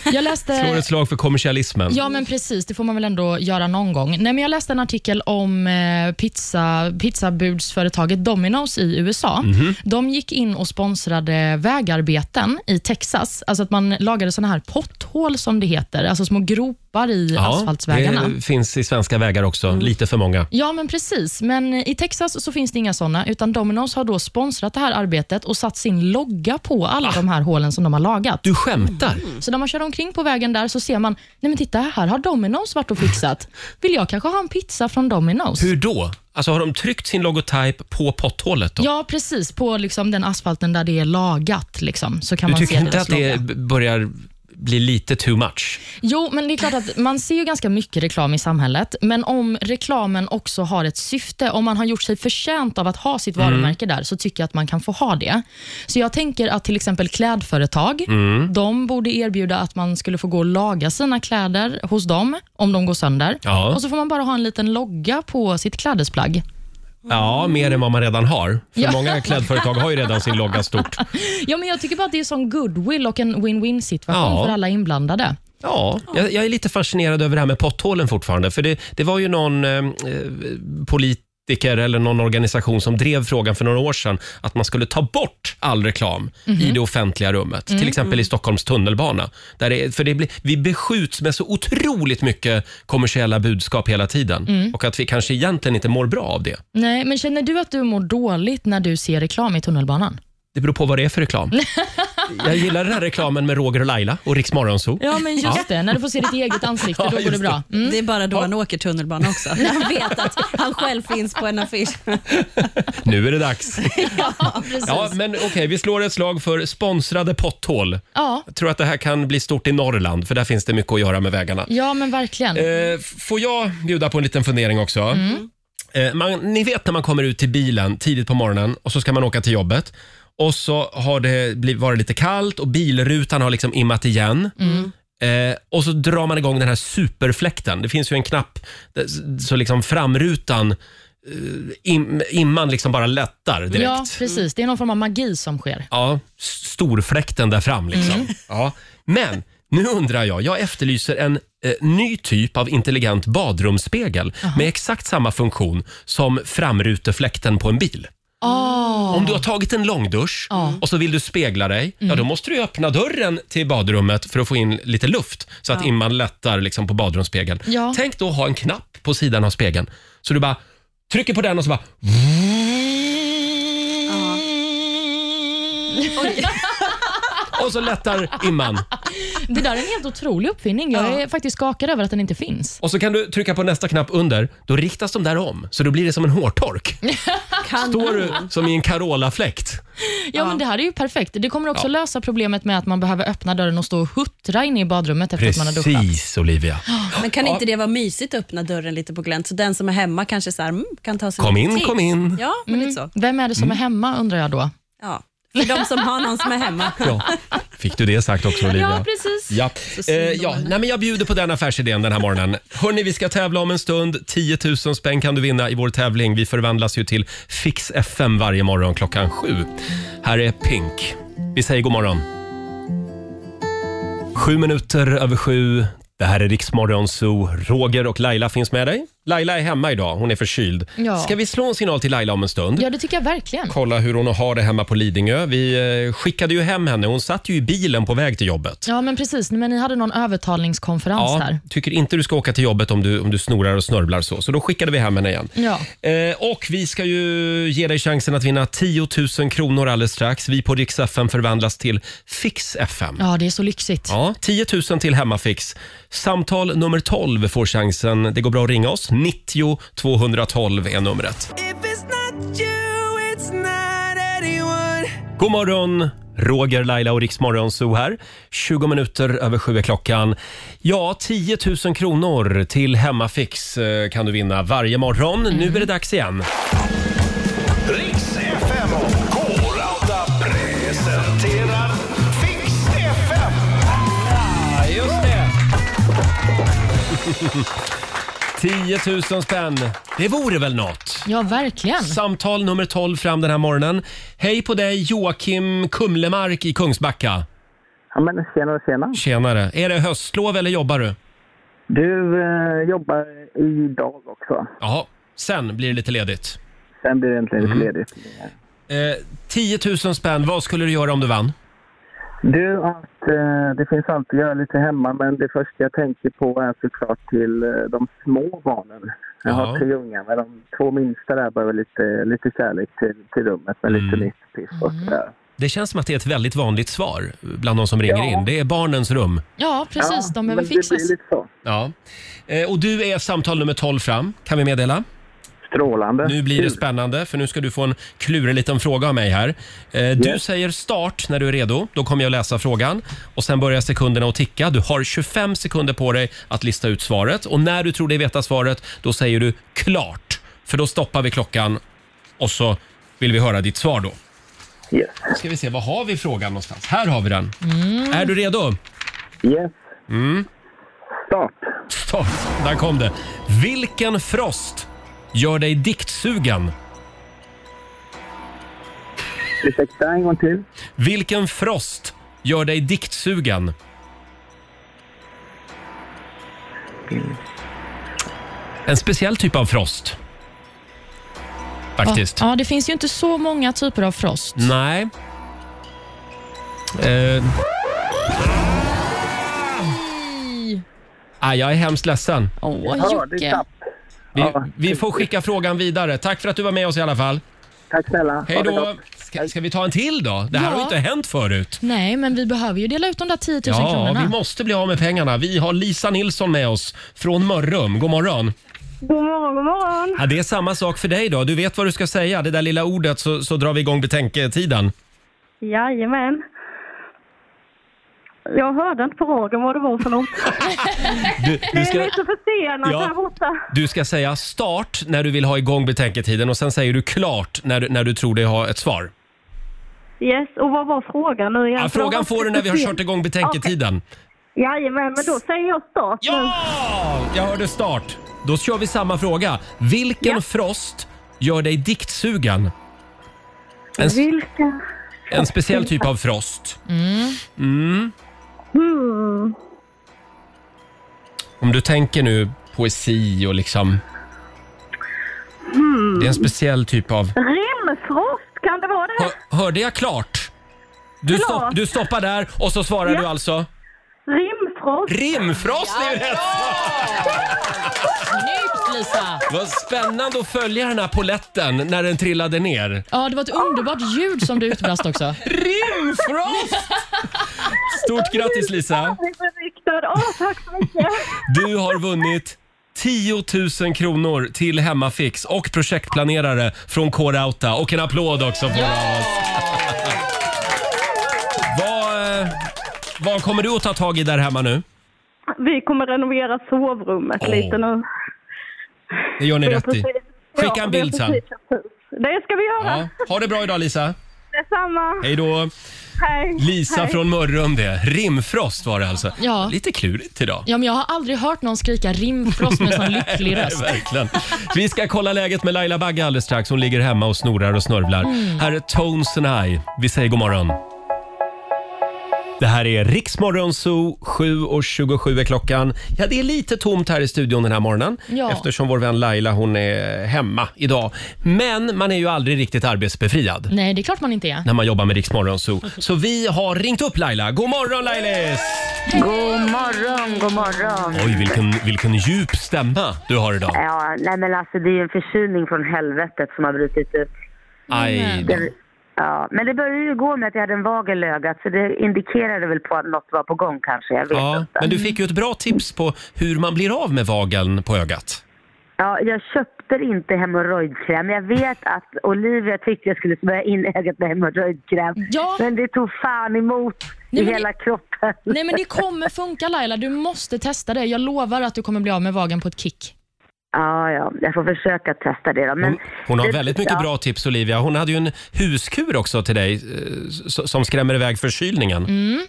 A: slår
B: läste...
A: ett slag för kommersialismen.
B: Eh. Ja, men precis. Det får man väl ändå göra någon gång. Nej, men jag läste en artikel om eh, pizza, pizzabudsföretaget Domino's i USA. De gick in och sponsrade vägarbeten i Texas. Alltså att man lagade såna här potthål, som det heter. Alltså små gropar i asfaltsvägarna.
A: det finns i svenska vägar också. Lite för många.
B: Ja, men precis. Men i Texas så finns det inga såna, utan Domino's har då sponsrat det här arbetet och satt sin logga på alla de här hålen som de har lagat.
A: Du skämtar?
B: Så när man kör omkring på vägen där så ser man, nej men titta här har Domino's varit och fixat. Vill jag kanske ha en pizza från Domino's?
A: Hur då? Alltså har de tryckt sin logotyp på potthålet då?
B: Ja, precis. På liksom den asfalten där det är lagat. Liksom, så kan
A: du
B: man
A: tycker
B: se
A: inte
B: deras
A: att det
B: logga.
A: b- börjar blir lite too much.
B: Jo, men det är klart att man ser ju ganska mycket reklam i samhället, men om reklamen också har ett syfte, om man har gjort sig förtjänt av att ha sitt
A: Mm.
B: varumärke där, så tycker jag att man kan få ha det. Så jag tänker att till exempel klädföretag,
A: Mm.
B: de borde erbjuda att man skulle få gå och laga sina kläder hos dem, om de går sönder.
A: Ja.
B: Och så får man bara ha en liten logga på sitt klädesplagg.
A: Ja, mer än vad man redan har. För
B: Ja.
A: många klädföretag har ju redan sin logga stort.
B: Ja, men jag tycker bara att det är sån goodwill och en win-win situation
A: Ja.
B: för alla inblandade.
A: Ja, jag, jag är lite fascinerad över det här med potthålen fortfarande. För det, det var ju någon eh, eh, politiker eller någon organisation som drev frågan för några år sedan att man skulle ta bort all reklam i det offentliga rummet. Till exempel i Stockholms tunnelbana. Där det, för det blir, vi beskjuts med så otroligt mycket kommersiella budskap hela tiden och att vi kanske egentligen inte mår bra av det.
B: Nej, men känner du att du mår dåligt när du ser reklam i tunnelbanan?
A: Det beror på vad det är för reklam. Jag gillar den här reklamen med Roger och Laila och Rix Morgonzoo.
B: Ja, men just det. När du får se ditt eget ansikte, då går det bra. Mm.
E: Det är bara då han åker tunnelbana också. När han vet att han själv finns på en affisch.
A: Nu är det dags.
B: Ja, precis.
A: Ja, men okej, vi slår ett slag för sponsrade potthål.
B: Ja.
A: Jag tror att det här kan bli stort i Norrland, för där finns det mycket att göra med vägarna.
B: ja, men verkligen.
A: Eh, f- får jag bjuda på en liten fundering också?
B: Mm.
A: Eh, man, ni vet när man kommer ut till bilen tidigt på morgonen och så ska man åka till jobbet. Och så har det blivit, varit lite kallt och bilrutan har liksom immat igen.
B: Mm.
A: Eh, och så drar man igång den här superfläkten. Det finns ju en knapp där, s- så liksom framrutan, eh, im, imman liksom bara lättar direkt. Mm.
B: Ja, precis. Det är någon form av magi som sker.
A: Ja, storfläkten där fram liksom.
B: Mm.
A: Ja. Men nu undrar jag, jag efterlyser en eh, ny typ av intelligent badrumsspegel med exakt samma funktion som framrutefläkten på en bil.
B: Oh.
A: Om du har tagit en lång dusch
B: Ja. Mm.
A: och så vill du spegla dig, ja då måste du ju öppna dörren till badrummet för att få in lite luft så att imman lättar liksom på badrumsspegeln.
B: Ja.
A: Tänk då att ha en knapp på sidan av spegeln så du bara trycker på den och så bara och så lättar imman.
B: Det där är en helt otrolig uppfinning. Jag är faktiskt skakad över att den inte finns.
A: Och så kan du trycka på nästa knapp under. Då riktas de där om, så då blir det som en hårtork. Står du som i en Carola-fläkt.
B: Ja, men Det här är ju perfekt. Det kommer också lösa problemet med att man behöver öppna dörren och stå och huttra inne i badrummet efter att man har duschat.
A: Precis, Olivia.
E: Men kan inte det vara mysigt att öppna dörren lite på glänt? Så den som är hemma kanske så här, mm, kan ta sig
A: Kom
E: lite
A: in,
E: till.
A: kom in.
E: Ja, men lite så.
B: Vem är det
A: Mm.
B: som är hemma undrar jag då?
E: Ja. För de som har någon som är hemma.
A: Ja. Fick du det sagt också, Olivia?
B: Ja, precis.
A: Ja. Eh, ja. Nej, men jag bjuder på den affärsidén den här morgonen. Hörni, vi ska tävla om en stund. 10 000 spänn kan du vinna i vår tävling. Vi förvandlas ju till Fix FM varje morgon klockan sju. Här är Pink. Vi säger god morgon. Sju minuter över sju. Det här är Riksmorgon Zoo. Roger och Laila finns med dig. Laila är hemma idag. Hon är förkyld.
B: Ja.
A: Ska vi slå en signal till Laila om en stund?
B: Ja, det tycker jag verkligen.
A: kolla hur hon har det hemma på Lidingö. Vi eh, skickade ju hem henne. Hon satt ju i bilen på väg till jobbet.
B: Ja, men precis. Men ni hade någon övertalningskonferens där.
A: tycker inte du ska åka till jobbet om du, om du snorar och snörvlar så. Så då skickade vi hem henne igen.
B: Ja.
A: Eh, och vi ska ju ge dig chansen att vinna 10 000 kronor alldeles strax. Vi på Rix FM förvandlas till Fix FM.
B: Ja, det är så lyxigt.
A: Ja, 10 000 till Hemmafix. Samtal nummer 12 får chansen. Det går bra att ringa oss. 90 212 är numret. God morgon! Roger, Laila och Riksmorgon Zoo här. 20 minuter över sju är klockan. Ja, 10 000 kronor till Hemmafix eh, kan du vinna varje morgon. Nu är det dags igen.
C: Riks FM och K-Rauta presenterar Fix FM.
A: Just det! 10 000 spänn. Det vore väl något?
B: Ja, verkligen.
A: Samtal nummer 12 fram den här morgonen. Hej på dig Joakim Kumlemark i Kungsbacka.
H: Ja, men tjena, tjena.
A: Tjenare. Är det höstlov eller jobbar du?
H: Du eh, jobbar idag också.
A: Jaha, sen blir det lite ledigt.
H: Sen blir det egentligen
A: Mm.
H: lite ledigt.
A: Eh, 10 000 spänn, vad skulle du göra om du vann?
H: Du, att eh, det finns alltid att göra lite hemma, men det första jag tänker på är såklart till eh, de små barnen. Jag
A: Jaha.
H: har tre ungar, men de två minsta där behöver lite, lite kärlek till, till rummet med
A: Mm.
H: lite nytt piff
B: Mm.
H: och sådär.
A: Det känns som att det är ett väldigt vanligt svar bland de som ringer
H: Ja.
A: in. Det är barnens rum.
B: Ja, precis. de behöver
H: men det
B: fixas.
H: blir lite så.
A: Ja. Eh, och du är samtal nummer 12 fram, kan vi meddela.
H: Strålande.
A: Nu blir det spännande, för nu ska du få en klurig liten fråga av mig här. Eh, Du
H: Ja.
A: säger start när du är redo. Då kommer jag läsa frågan. Och Sen börjar sekunderna att ticka. Du har 25 sekunder på dig att lista ut svaret. Och När du tror dig veta svaret, då säger du klart. För då stoppar vi klockan och så vill vi höra ditt svar då.
H: Yes.
A: Ska vi se, vad har vi frågan någonstans? Här har vi den. Är du redo?
H: Yes.
A: Mm.
H: Start.
A: Stopp, där kom det. Vilken frost gör dig diktsugen?
H: Ursäkta, en gång till.
A: Vilken frost gör dig diktsugen? En speciell typ av frost. Faktiskt. Mm.
B: Ja, det finns ju inte så många typer av frost.
A: Nej. Eh. Ah, jag är hemskt ledsen.
B: Åh,
H: Ja, det är
B: Jocke.
H: snabbt.
A: Vi,
H: Ja.
A: vi får skicka frågan vidare. Tack för att du var med oss i alla fall.
H: Tack snälla.
A: Hej
H: Ha det
A: då.
H: gott.
A: Ska, ska vi ta en till då? Det här
B: Ja.
A: har ju inte hänt förut.
B: Nej, men vi behöver ju dela ut de där 10 000
A: Ja,
B: kronorna.
A: vi måste bli av med pengarna. Vi har Lisa Nilsson med oss från Mörrum. God morgon.
D: God morgon, god morgon.
A: Ja, det är samma sak för dig då. Du vet vad du ska säga. Det där lilla ordet så, så drar vi igång betänketiden.
D: Jajamän. Jag hörde inte på radion vad det var för något.
A: Du, du,
D: Jag är
A: ska,
D: lite försenad
A: Ja.
D: här borta.
A: du ska säga start när du vill ha igång betänketiden och sen säger du klart när, du- när du tror dig ha ett svar.
D: Yes, och vad var frågan nu igen?
A: Ja, frågan får du när vi har kört igång betänketiden.
D: Jajamän, men då säger jag start nu.
A: Ja! Jag hörde start. Då kör vi samma fråga. Vilken frost gör dig diktsugen? En, s-
D: Vilka?
A: en speciell typ av frost. Mm.
D: Hmm.
A: Om du tänker nu poesi och liksom...
D: Hmm.
A: Det är en speciell typ av...
D: Rimfrost, kan det vara det?
A: Hör, hörde jag klart? Du,
D: Klart.
A: stopp, du stoppar där och så svarar
D: Ja.
A: du alltså
D: Rimfrost.
A: rimfrost är ju rätt svar!
B: Snyggt, Lisa!
A: Vad spännande att följa den här poletten när den trillade ner.
B: Ja, det var ett underbart ljud som du utbrast också.
A: Rimfrost! Stort grattis Lisa!
D: Riktad. Åh, tack så mycket.
A: Du har vunnit 10 000 kronor till Hemmafix och projektplanerare från K-Rauta. Och en applåd också får du av oss. Vad, eh, vad kommer du att ta tag i där hemma nu?
D: Vi kommer renovera sovrummet
A: Åh.
D: lite nu.
A: Det gör ni
D: Vi har
A: rätt i.
D: precis-
A: Skicka
D: ja,
A: en
D: vi har
A: bild sen.
D: precis köpt hus. Det ska vi göra.
A: Ja. Ha det bra idag Lisa.
D: Detsamma.
A: Hej då.
D: Hej.
A: Lisa
D: Hej.
A: från Mörrum det. Rimfrost var det alltså.
B: Ja.
A: Lite klurigt idag.
B: Ja, men jag har aldrig hört någon skrika rimfrost med sån lycklig
A: Nej,
B: röst.
A: verkligen. Vi ska kolla läget med Laila Bagge alldeles strax. Hon ligger hemma och snorar och snörvlar.
B: Mm.
A: Här är Tones and I. Vi säger god morgon. Det här är Riksmorgon Zoo, 7.27 är klockan. Ja, det är lite tomt här i studion den här morgonen
B: Ja.
A: eftersom vår vän Laila hon är hemma idag. Men man är ju aldrig riktigt arbetsbefriad
B: Nej, det är klart man inte är.
A: när man jobbar med Riksmorgon Zoo. Så vi har ringt upp Laila. God morgon Lailis!
I: God morgon, god morgon.
A: Oj, vilken, vilken djup stämma du har idag.
I: Ja, nej men alltså det är ju en förkylning från helvetet som har brutit ut.
A: Aj då.
I: Det, ja, men det började ju gå med att jag hade en vagel i ögat så det indikerade väl på att något var på gång kanske. Jag vet
A: Ja,
I: inte.
A: men du fick ju ett bra tips på hur man blir av med vageln på ögat.
I: Ja, jag köpte inte hemorrojdkräm. Jag vet att Olivia tyckte jag skulle smörja in ögat med hemorrojdkräm.
B: Ja.
I: Men det tog fan emot
B: Nej,
I: i
B: men
I: hela kroppen.
B: Nej, men det kommer funka Laila. Du måste testa det. Jag lovar att du kommer bli av med vagen på ett kick.
I: Ja, ja, jag får försöka testa det då. Men
B: Mm.
A: Hon, hon har
I: det-
A: väldigt mycket
I: ja.
A: bra tips Olivia. Hon hade ju en huskur också till dig eh, s- som skrämmer iväg förkylningen.
I: Mm.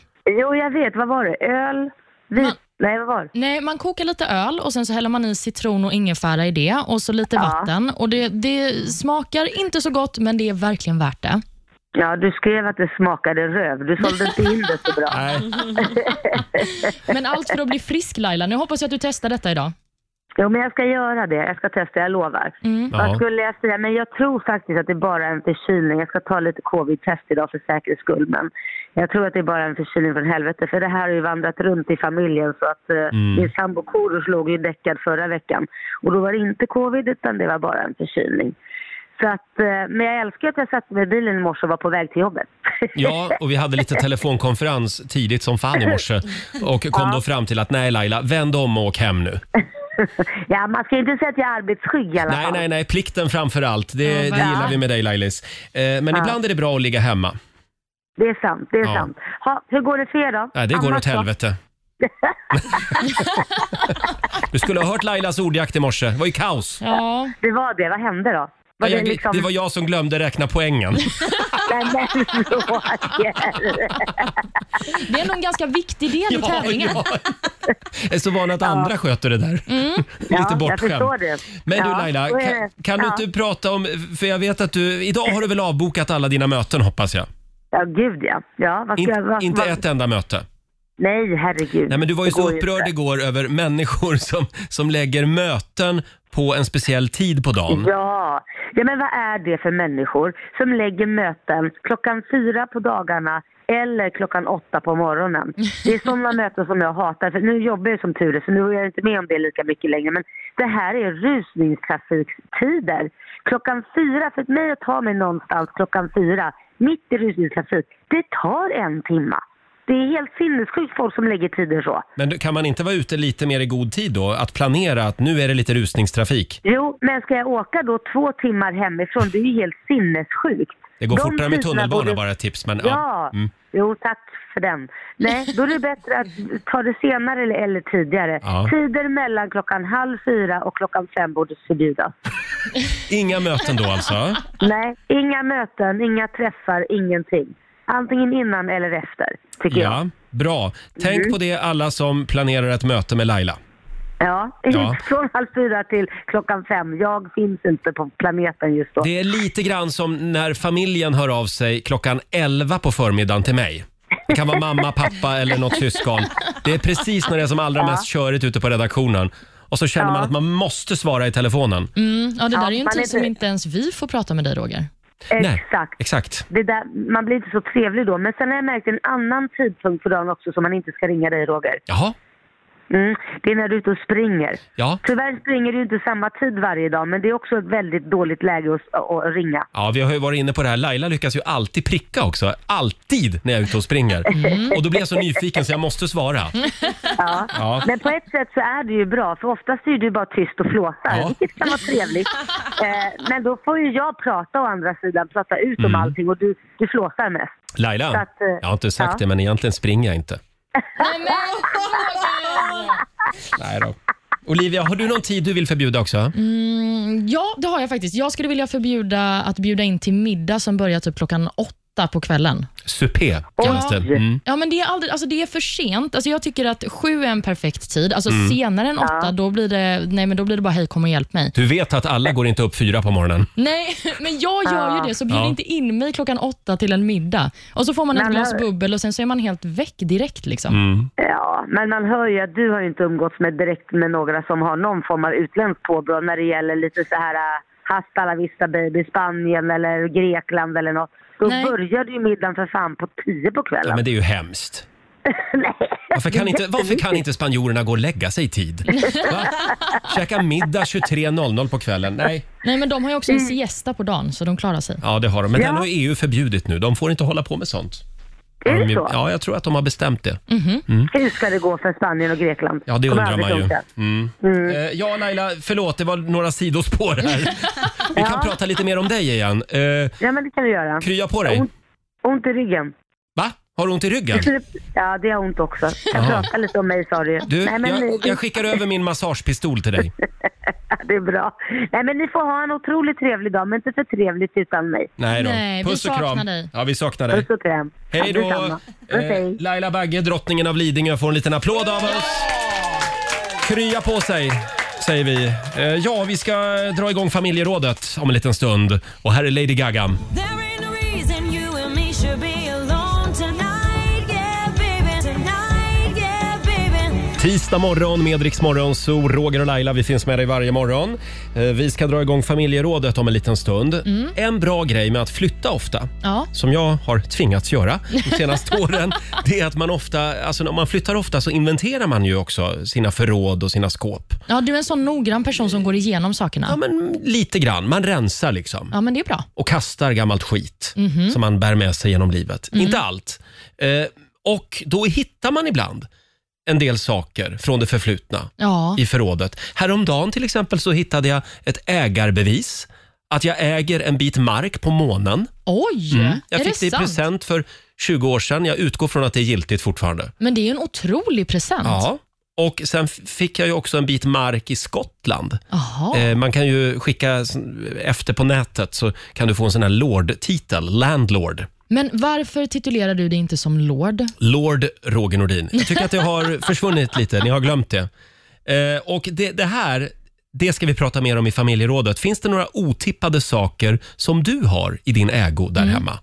I: Jo, jag vet. Vad var det? Öl? Vit?
B: Man-
I: Nej, vad var det?
B: Nej, man kokar lite öl och sen så häller man i citron och ingefära i det och så lite vatten. Och det, det smakar inte så gott, men det är verkligen värt det.
I: Ja, du skrev att det smakade röv. Du sålde inte in det så bra.
A: Nej,
B: Men allt för att bli frisk Laila. Nu hoppas jag att du testar detta idag.
I: Jo, men jag ska göra det. Jag ska testa, jag lovar. Vad
A: ja.
I: skulle jag säga? Men jag tror faktiskt att det är bara är en förkylning. Jag ska ta lite covid-test idag för säkerhets skull, men jag tror att det är bara en förkylning från helvete. För det här har ju vandrat runt i familjen så att eh,
A: Mm.
I: min sambo Korosh låg ju däckad förra veckan. Och då var det inte covid, utan det var bara en förkylning. Så att, eh, men jag älskar att jag satte mig i bilen i morse och var på väg till jobbet.
A: ja, och vi hade lite telefonkonferens tidigt som fan i morse och kom då fram till att nej Laila, vänd om och åk hem nu.
I: ja, man ska ju inte säga att jag är arbetsskygg i alla
A: Nej,
I: fall.
A: nej, nej. Plikten framför allt. Det, det
B: verkligen.
A: gillar vi med dig Lailis. Eh, Men ibland är det bra att ligga hemma.
I: Det är sant, det är
A: Ja.
I: sant. Ha, hur går det för er då?
A: Nej, det går
I: Annars
A: åt
I: då?
A: helvete. du skulle ha hört Lailas ordjakt i morse. Det var ju kaos.
B: Ja,
I: Det var det, vad hände då? Var
A: Nej,
I: det
A: jag,
I: liksom...
A: Det var jag som glömde räkna poängen.
I: Nej, men Roger.
B: det är nog en ganska viktig del i tävlingen.
A: ja. Jag är så van att andra sköter det där. Lite
I: Mm. jag förstår
A: bortskämd.
I: det.
A: Men du
I: Ja,
A: Laila,
I: så är
A: kan,
I: det.
A: kan du
I: Ja.
A: inte prata om, för jag vet att du, idag har du väl avbokat alla dina möten hoppas jag?
I: Ja, gud ja. ja vad ska jag,
A: In,
I: vad,
A: inte
I: vad...
A: ett enda möte?
I: Nej, herregud.
A: Nej men du var ju
I: Det
A: så
I: går
A: upprörd
I: inte.
A: igår över människor som, som lägger möten på en speciell tid på dagen.
I: Ja. ja, men vad är det för människor som lägger möten klockan fyra på dagarna eller klockan åtta på morgonen? Det är sådana möten som jag hatar. För nu jobbar jag som tur är, så nu är jag inte med om det lika mycket längre. Men det här är rusningstrafikstider. Klockan fyra, för mig att ta mig någonstans klockan fyra, mitt i rusningstrafik, det tar en timme. Det är helt sinnessjukt folk som lägger tider så.
A: Men du, kan man inte vara ute lite mer i god tid då? Att planera att nu är det lite rusningstrafik.
I: Jo, men ska jag åka då två timmar hemifrån, det är ju helt sinnessjukt.
A: Det går
I: De
A: fortare med
I: tiderna
A: tunnelbana
I: borde-
A: bara ett tips. Men,
I: Ja,
A: Mm.
I: jo tack för den. Nej, då är det bättre att ta det senare eller, eller tidigare.
A: Ja.
I: Tider mellan klockan halv fyra och klockan fem borde förbjudas.
A: Inga möten då alltså?
I: Nej, inga möten, inga träffar, ingenting. Antingen innan eller efter, tycker jag.
A: Ja, bra. Tänk
I: Mm.
A: på det alla som planerar ett möte med Laila.
I: Ja.
A: Ja.
I: Från halv fyra till klockan fem. Jag finns inte på planeten just då.
A: Det är lite grann som när familjen hör av sig klockan 11 på förmiddagen till mig. Det kan vara mamma, pappa eller något syskon. Det är precis när det är som allra mest körigt ute på redaktionen. Och så känner man att man måste svara i telefonen.
B: Mm, ja, det där är ju en
I: man
B: tid
I: är
B: som
I: inte-
B: inte ens vi får prata med dig, Roger.
A: Nej,
I: Exakt.
A: exakt.
I: Det där, man blir inte så trevlig då. Men sen har jag märkt en annan tidpunkt på dagen också som man inte ska ringa dig, Roger.
A: Jaha,
I: Mm. Det är när du är ute och springer.
A: ja.
I: Tyvärr springer du inte samma tid varje dag, men det är också ett väldigt dåligt läge att, att ringa.
A: Ja, vi har ju varit inne på det här. Laila lyckas ju alltid pricka också. Alltid när jag är ute och springer. Och då blir jag så nyfiken så jag måste svara.
I: Mm. Ja.
A: Ja.
I: Men på ett sätt så är det ju bra, för oftast är du bara tyst och flåsar,
A: Ja.
I: vilket kan vara trevligt. Eh, men då får ju jag prata å andra sidan, prata ut om allting och du, du flåsar mest. Så
A: Laila,
I: att, eh,
A: jag har inte sagt
I: ja.
A: det men egentligen springer jag inte.
B: Nej, men Roger!
A: Nej då. Olivia, har du någon tid du vill förbjuda också?
I: Mm.
B: Mm, Ja, det har jag faktiskt. Jag skulle vilja förbjuda att bjuda in till middag som börjar typ klockan åtta på kvällen.
A: Supé kallas det. Mm.
B: Ja, men det är, aldrig, alltså det är för sent. Alltså jag tycker att sju är en perfekt tid. Alltså
A: Mm.
B: Senare än åtta, då, blir det, nej, men då blir det bara hej, kom och hjälp mig.
A: Du vet att alla går inte upp fyra på morgonen.
B: Nej, men jag gör ju det, så bjud
A: Ja.
B: inte in mig klockan åtta till en middag. Och Så får man ett
I: Men
B: glas
I: hör-
B: bubbel och sen så är man helt väck direkt. Liksom.
A: Mm.
I: Ja, men man hör ju att du har ju inte umgåtts med direkt med några som har någon form av utländskt påbrå när det gäller lite så här eh, hasta la vista baby, Spanien eller Grekland eller något. Då
B: Nej.
I: börjar ju middagen för fan på tio på kvällen.
A: Ja, men det är ju hemskt.
I: Nej.
A: Varför kan, inte, varför kan inte spanjorerna gå och lägga sig i tid? Va? Käka middag 23.00 på kvällen? Nej,
B: Nej, men De har ju också en
A: Mm.
B: siesta på dagen, så de klarar sig.
A: ja det har de. Men den
I: Ja.
A: har ju EU förbjudit nu. De får inte hålla på med sånt.
I: Är
A: De-
I: det så?
A: Ja, jag tror att de har bestämt det.
I: Hur ska det gå för Spanien och Grekland?
A: Ja, det
I: Kommer
A: undrar
I: aldrig
A: man ju.
I: funka.
A: Mm. Eh, Ja, Laila, förlåt, det var några sidospår här. Vi kan prata lite mer om dig igen. Eh,
I: Ja, men det kan du göra.
A: Krya på dig.
I: Ont, ont i ryggen.
A: Va? Har du ont i ryggen?
I: Ja, det har ont också. Jag
A: Jaha.
I: pratar lite om mig sa du ju.
A: Du,
I: Nej, men ni,
A: jag, jag skickar över min massagepistol till dig.
I: det är bra. Nej, men ni får ha en otroligt trevlig dag, men inte för trevligt utan mig.
A: Nej då.
B: Nej, vi
A: Puss och kram.
B: saknar dig.
A: Ja, vi saknar dig.
I: Puss och kräm.
A: Hej
I: Ja,
A: då!
I: detsamma. Puss,
A: Eh,
I: hej.
A: Laila Bagge, drottningen av Lidingö, får en liten applåd av oss. Krya på sig, säger vi. Eh, Ja, vi ska dra igång familjerådet om en liten stund. Och här är Lady Gaga.
G: There ain't no reason you and me should be alone tonight, yeah, baby. Tonight, yeah, baby.
A: Tisdag morgon med Rix Morgon, så Roger och Laila, vi finns med dig varje morgon. Eh, Vi ska dra igång familjerådet om en liten stund.
I: Mm.
A: En bra grej med att flytta ofta,
B: Ja.
A: som jag har tvingats göra de senaste åren, det är att man ofta, alltså när man flyttar ofta så inventerar man ju också sina förråd och sina skåp.
B: Ja, du är en sån noggrann person som går igenom sakerna.
A: Ja, men lite grann. Man rensar liksom
B: Ja, men det är bra.
A: och kastar gammalt skit
B: Mhm.
A: som man bär med sig genom livet. Inte allt. Eh, och då hittar man ibland en del saker från det förflutna
B: Ja.
A: i förrådet. Häromdagen till exempel så hittade jag ett ägarbevis. Att jag äger en bit mark på månen.
B: Oj!
A: Mm. Jag
B: är
A: fick det
B: det
A: i
B: sant?
A: present för 20 år sedan. Jag utgår från att det är giltigt fortfarande.
B: Men det är ju en otrolig present.
A: Ja. Och sen f- fick jag ju också en bit mark i Skottland.
B: Jaha.
A: Eh, man kan ju skicka s- efter på nätet så kan du få en sån här lord-titel, landlord.
B: Men varför titulerar du det inte som Lord?
A: Lord Roger Nordin. Jag tycker att det har försvunnit lite, ni har glömt det. Eh, och det, det här, det ska vi prata mer om i familjerådet. Finns det några otippade saker som du har i din ägo där hemma?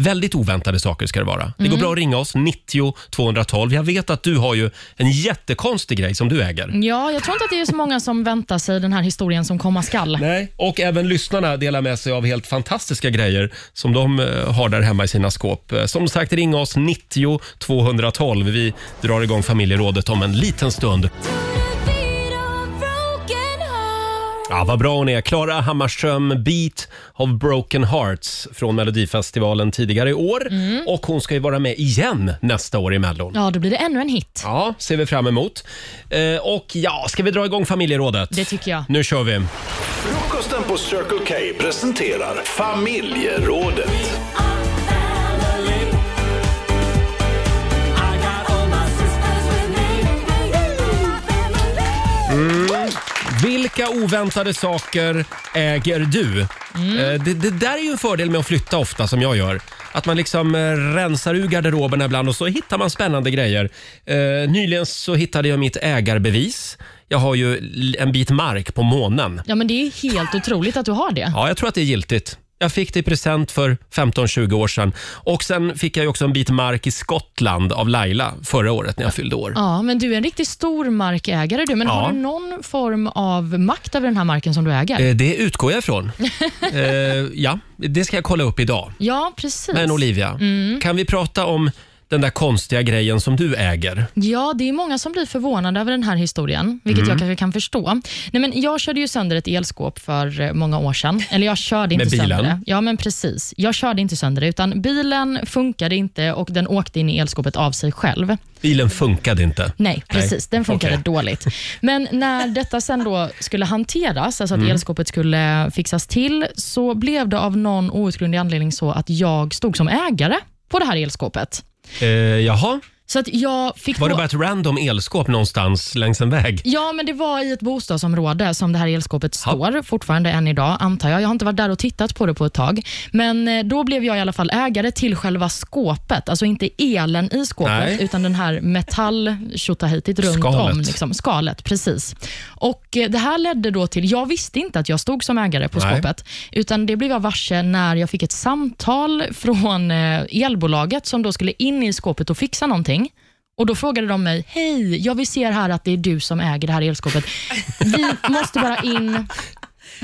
A: Väldigt oväntade saker ska det vara. Det går bra att ringa oss, 90 212. Jag vet att du har ju en jättekonstig grej som du äger.
B: Ja, jag tror inte att det är så många som väntar sig den här historien som komma skall.
A: Nej. Och även lyssnarna delar med sig av helt fantastiska grejer som de eh, har där hemma i sina skåp. Eh, Som sagt, ring oss 90 212. Vi drar igång familjerådet om en liten stund. Ja, vad bra hon är. Klara Hammarström, Beat of Broken Hearts från Melodifestivalen tidigare i år. Och hon ska ju vara med igen nästa år i Mellon.
B: Mm. Ja, då blir det ännu en hit.
A: Ja, ser vi fram emot. Eh, och ja, ska vi dra igång familjerådet?
B: Det tycker jag.
A: Nu kör vi.
C: Frukosten på Circle K presenterar Familjerådet.
A: Vilka oväntade saker äger du? Eh, Det, det där är ju en fördel med att flytta ofta som jag gör. Att man liksom eh, rensar ur garderoberna ibland och så hittar man spännande grejer. Eh, nyligen så hittade jag mitt ägarbevis. Jag har ju l- en bit mark på månen.
B: Ja, men det är helt otroligt att du har det.
A: Ja, jag tror att det är giltigt. Jag fick det i present för 15-20 år sedan. Och sen fick jag ju också en bit mark i Skottland av Laila förra året när jag fyllde år.
B: Ja, men du är en riktigt stor markägare du. Men
A: Ja.
B: har du någon form av makt över den här marken som du äger?
A: Eh, Det utgår jag ifrån. Eh, ja, det ska jag kolla upp idag.
B: Ja, precis. Mm.
A: Men Olivia, kan vi prata om den där konstiga grejen som du äger?
B: Ja, det är många som blir förvånade över den här historien, vilket
A: Mm.
B: jag kanske kan förstå. Nej, men jag körde ju sönder ett elskåp för eh, många år sedan. Eller jag körde inte
A: Med bilen?
B: sönder det. Ja, men precis. Jag körde inte sönder det, utan bilen funkade inte och den åkte in i elskåpet av sig själv.
A: Bilen funkade inte.
B: Nej, precis. Den funkade
A: Okej.
B: dåligt. Men när detta sen då skulle hanteras, alltså att
A: Mm.
B: elskåpet skulle fixas till, så blev det av någon outgrundlig anledning så att jag stod som ägare på det här elskåpet.
A: Eh, jaha,
B: Så att jag fick
A: var det
B: då-
A: bara ett random elskåp någonstans längs en väg?
B: Ja, men det var i ett bostadsområde som det här elskåpet står, fortfarande än idag, antar jag. Jag har inte varit där och tittat på det på ett tag. Men eh, då blev jag i alla fall ägare till själva skåpet, alltså inte elen i skåpet,
A: Nej.
B: utan den här metall tjottahitigt runt
A: Skalet.
B: om. Liksom. Skalet, precis. Och eh, Det här ledde då till, jag visste inte att jag stod som ägare på
A: Nej.
B: skåpet, utan det blev jag varse när jag fick ett samtal från eh, elbolaget som då skulle in i skåpet och fixa någonting. Och Då frågade de mig, hej, jag vi ser här att det är du som äger det här elskåpet. Vi måste bara in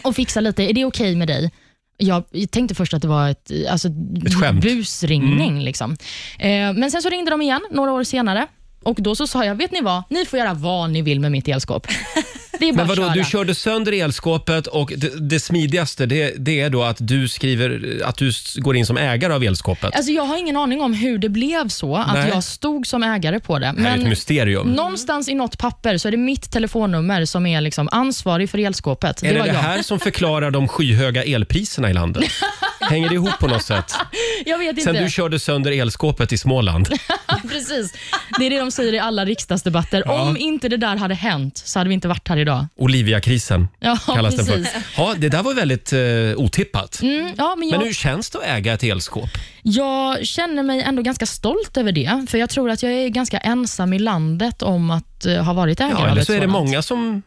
B: och fixa lite. Är det okej med dig? Jag tänkte först att det var ett, alltså,
A: Ett skämt. Mm.
B: busringning. Liksom. Eh, men sen så ringde de igen några år senare och då så sa jag, vet ni vad? Ni får göra vad ni vill med mitt elskåp. Det är bara
A: Men vadå,
B: att
A: du
B: köra.
A: körde sönder elskåpet och det, det smidigaste det, det är då att du skriver att du s- går in som ägare av elskåpet.
B: Alltså, jag har ingen aning om hur det blev så att
A: Nej.
B: jag stod som ägare på det.
A: det här är ett
B: men-
A: mysterium.
B: Någonstans i något papper så är det mitt telefonnummer som är liksom ansvarig för elskåpet.
A: är det
B: var
A: det
B: jag.
A: här som förklarar de skyhöga elpriserna i landet? Hänger det ihop på något sätt?
B: Jag vet inte.
A: Sen du körde sönder elskåpet i Småland.
B: Precis. Det är det de säger i alla riksdagsdebatter.
A: Ja.
B: Om inte det där hade hänt så hade vi inte varit här idag.
A: Olivia-krisen
B: Ja,
A: kallas den för.
B: precis.
A: Ja, det där var väldigt eh, otippat.
B: Mm, ja, men jag,
A: Men hur känns det att äga ett elskåp?
B: jag känner mig ändå ganska stolt över det, för jag tror att jag är ganska ensam i landet om att eh, ha varit ägare
A: Ja,
B: av
A: eller
B: ett
A: så är det
B: sådant.
A: många som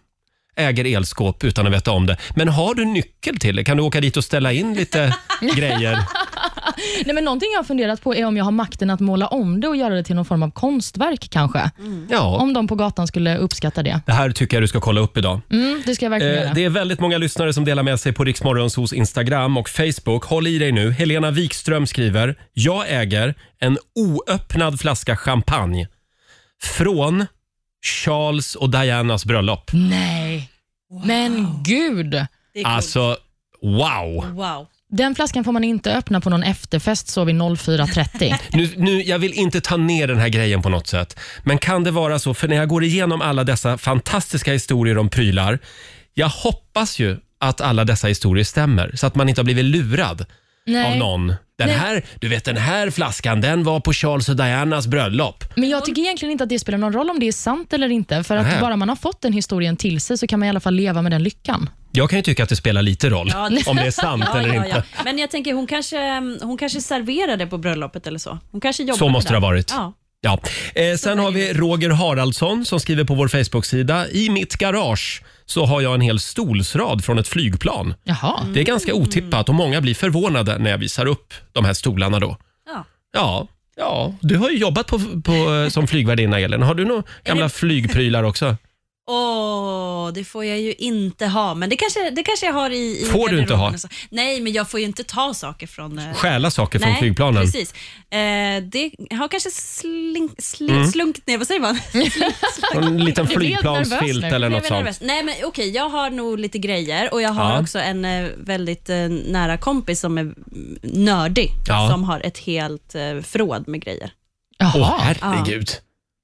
A: äger elskåp utan att veta om det. Men har du nyckel till det? Kan du åka dit och ställa in lite grejer?
B: Nej, men någonting jag har funderat på är om jag har makten att måla om det och göra det till någon form av konstverk kanske.
A: Mm. Ja,
B: Om de på gatan skulle uppskatta det.
A: det här tycker jag du ska kolla upp idag.
B: Mm, det ska jag verkligen
A: Eh,
B: göra.
A: det är väldigt många lyssnare som delar med sig på Riksmorgons hos Instagram och Facebook. Håll i dig nu. Helena Wikström skriver, jag äger en oöppnad flaska champagne från Charles och Dianas bröllop.
B: Nej, men gud.
E: Det är coolt.
A: Alltså, wow!
E: Wow.
B: Den flaskan får man inte öppna på någon efterfest så vid 04.30.
A: Nu, nu, jag vill inte ta ner den här grejen på något sätt. Men kan det vara så, för när jag går igenom alla dessa fantastiska historier om prylar. Jag hoppas ju att alla dessa historier stämmer, så att man inte har blivit lurad av
B: Nej.
A: någon. Den
B: Nej.
A: här, du vet den här flaskan, den var på Charles och Dianas bröllop.
B: Men jag tycker egentligen inte att det spelar någon roll om det är sant eller inte. För att
A: Nej.
B: bara man har fått den historien till sig så kan man i alla fall leva med den lyckan.
A: Jag kan ju tycka att det spelar lite roll
E: Ja, det-
A: om det är sant
E: Ja,
A: eller
E: ja,
A: inte.
E: ja. Men jag tänker, hon kanske, mm, hon kanske serverade på bröllopet eller så. Hon kanske jobbade
A: Så måste det
E: där.
A: ha varit.
E: Ja.
A: Ja. Eh, sen har vi Roger Haraldsson som skriver på vår Facebook-sida. I mitt garage så har jag en hel stolsrad från ett flygplan.
B: Jaha.
A: Det är ganska
E: Mm.
A: otippat och många blir förvånade när jag visar upp de här stolarna då.
E: Ja.
A: Ja, ja. du har ju jobbat på, på, eh, som flygvärdinna Elin. Har du några gamla flygprylar också?
E: Åh, det får jag ju inte ha. Men det kanske, det kanske jag har i, i
A: Får du inte ha?
E: garderoben och så. Nej, men jag får ju inte ta saker från... eh,
A: Stjäla saker från
E: Nej,
A: flygplanen.
E: precis. Eh, det har kanske slink, slink,
A: Mm.
E: slunkit ner, vad säger man?
A: En liten
B: Jag blev nervös
A: flygplansfilt
B: nu.
A: eller
E: Jag
A: något
E: blev
A: sånt.
E: nervös. Nej, men okej, jag har nog lite grejer och jag har
A: Ja.
E: också en eh, väldigt eh, nära kompis som är mm, nördig,
A: Ja.
E: som har ett helt eh, förråd med grejer.
A: Åh,
B: Jaha.
A: herregud.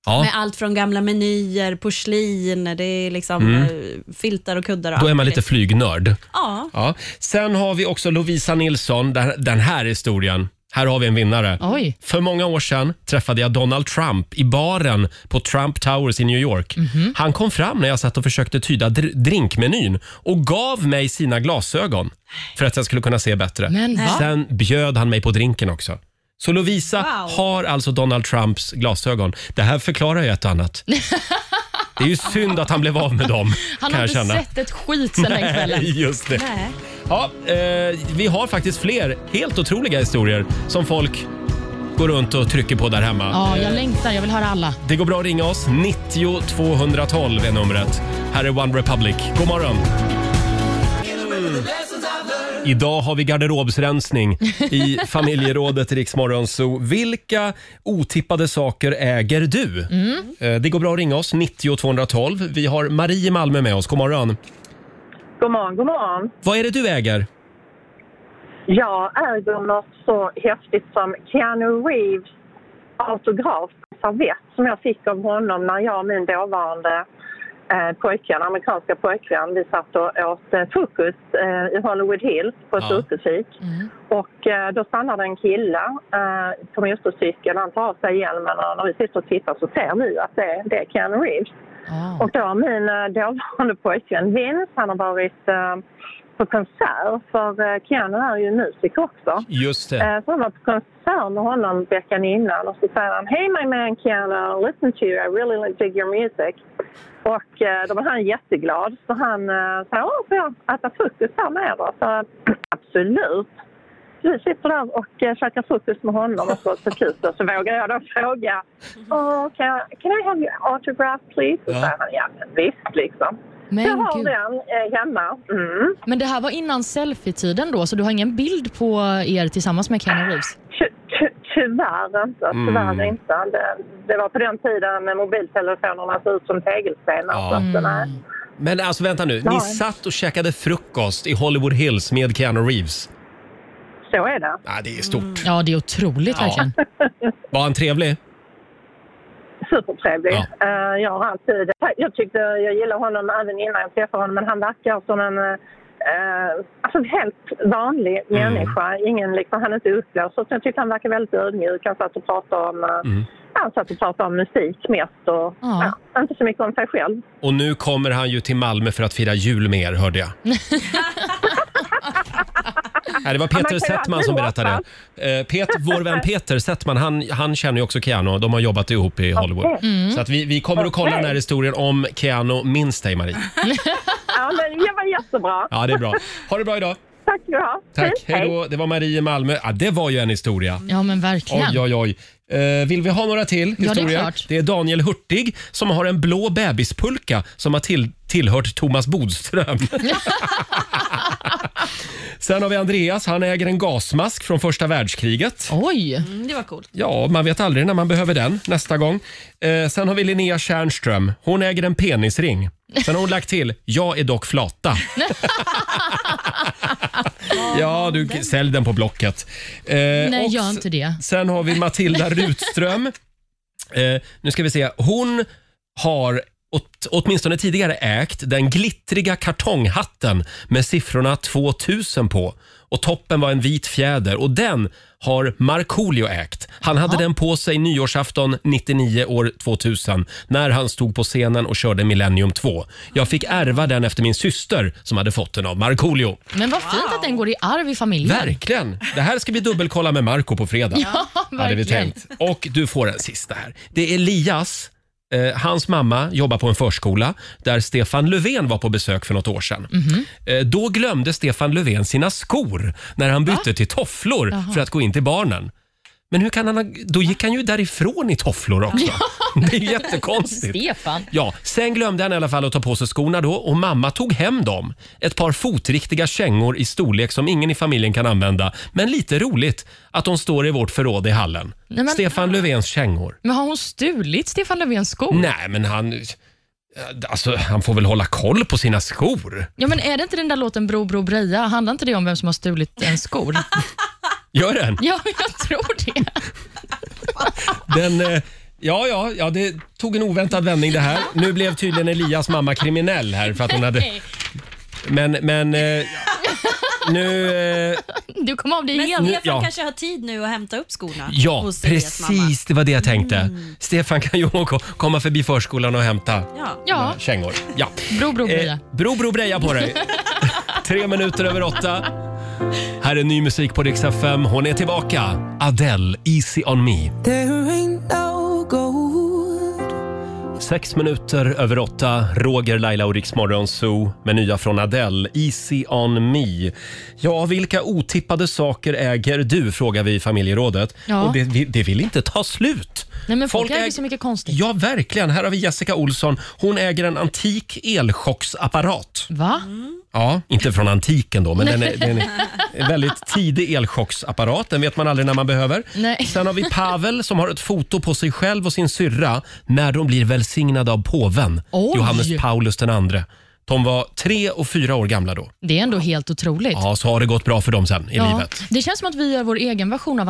A: Ja.
E: Med allt från gamla menyer, porslin, det är liksom eh, filtar och kuddar och
A: Mm. Då är
E: allt
A: man lite
E: möjligt.
A: flygnörd.
E: Ja,
A: Ja. Sen har vi också Lovisa Nilsson, den, den här historien. Här har vi en vinnare.
B: Oj.
A: För många år sedan träffade jag Donald Trump i baren på Trump Towers i New York.
B: Mhm.
A: Han kom fram när jag satt och försökte tyda dr- drinkmenyn och gav mig sina glasögon för att jag skulle kunna se bättre.
B: Men va?
A: Sen bjöd han mig på drinken också. Så Lovisa
E: Wow.
A: har alltså Donald Trumps glasögon. Det här förklarar ju ett och annat. Det är ju synd att han blev av med dem.
B: Han
A: kan
B: har
A: jag
B: inte
A: känna.
B: sett ett skit sen den kvällen.
A: Nej, just det.
E: Nej.
A: Ja, eh, vi har faktiskt fler helt otroliga historier som folk går runt och trycker på där hemma.
B: Ja, jag längtar. Jag vill höra alla.
A: Det går bra att ringa oss. 90 212 är numret. Här är One Republic. God morgon! Idag har vi garderobsrensning i familjerådet i Rix Morgon. Så vilka otippade saker äger du? Eh, Det går bra att ringa oss, 90 212. Vi har Marie i Malmö med oss. God morgon.
I: God morgon, god morgon.
A: Vad är det du äger?
I: Jag äger något så häftigt som Keanu Reeves autograf på servett som jag fick av honom när jag och min dåvarande eh, pojkvän, amerikanska pojkvän, vi satt och åt eh, frukost eh, i Hollywood Hills på ett
A: Ja.
I: utefick. Och eh, då stannade en kille eh, på motorcykeln, han tar av sig hjälmen och när vi sitter och tittar så ser vi att det, det är Keanu Reeves.
B: Ja.
I: Och då har min eh, dåvarande pojkvän Vince, han har varit eh, på konsert, för eh, Keanu är ju musiker också.
A: Just det.
I: Eh, Så han var på konsert med honom veckan innan och så säger han Hey my man Keanu, listen to you, I really dig your music. Och eh, då var han jätteglad så han eh, sa Åh, får jag äta frukost här med då? Så absolut. Så vi sitter där och eh, käkar frukost med honom och så på slutet så vågar jag då fråga Åh, kan jag can I have your autograph please? Så
A: Ja.
I: säger han ja men visst liksom.
B: Men,
I: Jag har
B: gud.
I: den eh, hemma. Mm.
B: Men det här var innan selfie-tiden då, så du har ingen bild på er tillsammans med Keanu Reeves?
I: Ty- ty- Tyvärr inte. Tyvärr
A: Mm.
I: inte. Det, det var på den tiden när mobiltelefonerna såg ut som tegelstenar.
A: Ja.
I: Så att, den här-
A: Men alltså vänta nu, ni
I: Ja.
A: satt och käkade frukost i Hollywood Hills med Keanu Reeves.
I: så är det.
A: Ah, det är
I: Mm.
A: stort.
B: Ja, det är otroligt
A: Ja.
B: verkligen.
A: Var han trevlig?
I: Supertrevlig.
A: Ja.
I: Eh, jag har alltid... Jag tyckte jag gillade honom även innan jag träffade honom, men han verkar som en... eh, alltså en helt vanlig
A: Mm.
I: människa. Ingen, liksom, han är inte uppblåst. Så Jag tyckte han verkar väldigt ödmjuk. Han satt och pratade om, eh,
A: Mm.
I: han satt och pratade om musik mest och
B: Ja.
I: ja, inte så mycket om sig själv.
A: Och nu kommer han ju till Malmö för att fira jul med er, hörde jag. Nej, det var
I: man
A: Peter
I: kan ju
A: Settman
I: alltid
A: som berättade.
I: hoppas.
A: Eh, Pet, vår vän Peter Settman, han, han känner ju också Keanu. De har jobbat ihop i Hollywood.
I: Okej. Mm.
B: Mm.
A: Så att vi, vi kommer att kolla
I: Okej.
A: den här historien om Keanu minns dig, Marie.
I: Ja, men det var jättebra.
A: Ja, det är bra. Ha det bra idag.
I: Tack ska du ha.
A: Tack.
I: Hej.
A: Hej då. Det var Marie i Malmö. Ja, det var ju en historia.
B: Ja, men verkligen.
A: Oj, oj, oj. Eh, vill vi ha några till
B: det är
A: historier?
B: klart.
A: det är Daniel Hurtig som har en blå bebispulka som har till, tillhört Thomas Bodström. Sen har vi Andreas. Han äger en gasmask från första världskriget.
B: Oj.
A: Eh,
E: mm, det var coolt.
A: Ja, man vet aldrig när man behöver den nästa gång. Eh, sen har vi Linnea Tjärnström. Hon äger en penisring. Sen har hon lagt till, jag är dock flata. ja, du sälj den på Blocket. Eh,
B: Nej,
A: och
B: gör
A: s-
B: inte det.
A: Sen har vi Matilda Rutström. Eh, nu ska vi se. Hon har åt, åtminstone tidigare ägt den glittriga kartonghatten med siffrorna 2000 på. Och Toppen var en vit fjäder och den har Markoolio ägt. Han hade den på sig nyårsafton 99 år 2000 när han stod på scenen och körde Millennium 2. Jag fick ärva den efter min syster som hade fått den av Markoolio.
B: Men vad fint att den går i arv i familjen.
A: Verkligen! Det här ska vi dubbelkolla med Marco på fredag.
B: Ja,
A: hade vi
B: verkligen.
A: tänkt. Och du får en sista här. Det är Elias. Eh, hans mamma jobbar på en förskola där Stefan Löfven var på besök för något år sedan. Eh, då glömde Stefan Löfven sina skor när han bytte till tofflor för att gå in till barnen. Men hur kan han ha, då gick han ju därifrån i tofflor också. Det är ju jättekonstigt.
B: Stefan.
A: Ja, sen glömde han i alla fall att ta på sig skorna då och mamma tog hem dem. Ett par fotriktiga kängor i storlek som ingen i familjen kan använda. Men lite roligt att de står i vårt förråd i hallen.
B: Nej, men-
A: Stefan Löfvens kängor.
B: Men har hon stulit Stefan Löfvens skor?
A: Nej, men han... Alltså, han får väl hålla koll på sina skor.
B: Ja, men är det inte den där låten Bro, bro, breja? Handlar inte det om vem som har stulit en skor?
A: Gör den?
B: ja, jag tror det.
A: den eh, ja, ja, ja, det tog en oväntad vändning det här. Nu blev tydligen Elias mamma kriminell här för att hon hade... Men, men... eh, Nu... eh,
B: Du kom av dig
E: Men
B: helt.
E: Stefan
A: ja.
E: kanske har tid nu att hämta upp skorna
A: Ja,
E: hos Elias mamma.
A: precis. Det var det jag tänkte. Stefan kan ju åka- komma förbi förskolan och hämta
E: Ja.
B: Ja,
A: kängor. Ja.
B: Bro, bro, breja.
A: Eh, bro, bro, breja på dig. Tre minuter över åtta. Här är ny musik på Rix FM. Hon är tillbaka. Adele, Easy on me. Sex minuter över åtta, Roger, Laila och Riksmorgon Zoo med nya från Adele, Easy on me. Ja, vilka otippade saker äger du? frågar vi i familjerådet.
B: Ja.
A: Och det, vi- det vill inte ta slut.
B: Nej, men folk äger
A: äg-
B: så mycket konstigt.
A: Ja, verkligen. Här har vi Jessica Olsson. Hon äger en antik elchocksapparat.
B: Va?
A: Ja, inte från antiken då, men den är, den är en väldigt tidig elchocksapparat. Den vet man aldrig när man behöver.
B: Nej.
A: Sen har vi Pavel som har ett foto på sig själv och sin syrra när de blir välsignade av påven,
B: Oj.
A: Johannes Paulus den andre. De var tre och fyra år gamla då.
B: Det är ändå helt otroligt.
A: Ja, så har det gått bra för dem sen i
B: Ja.
A: livet.
B: Det känns som att vi gör vår egen version av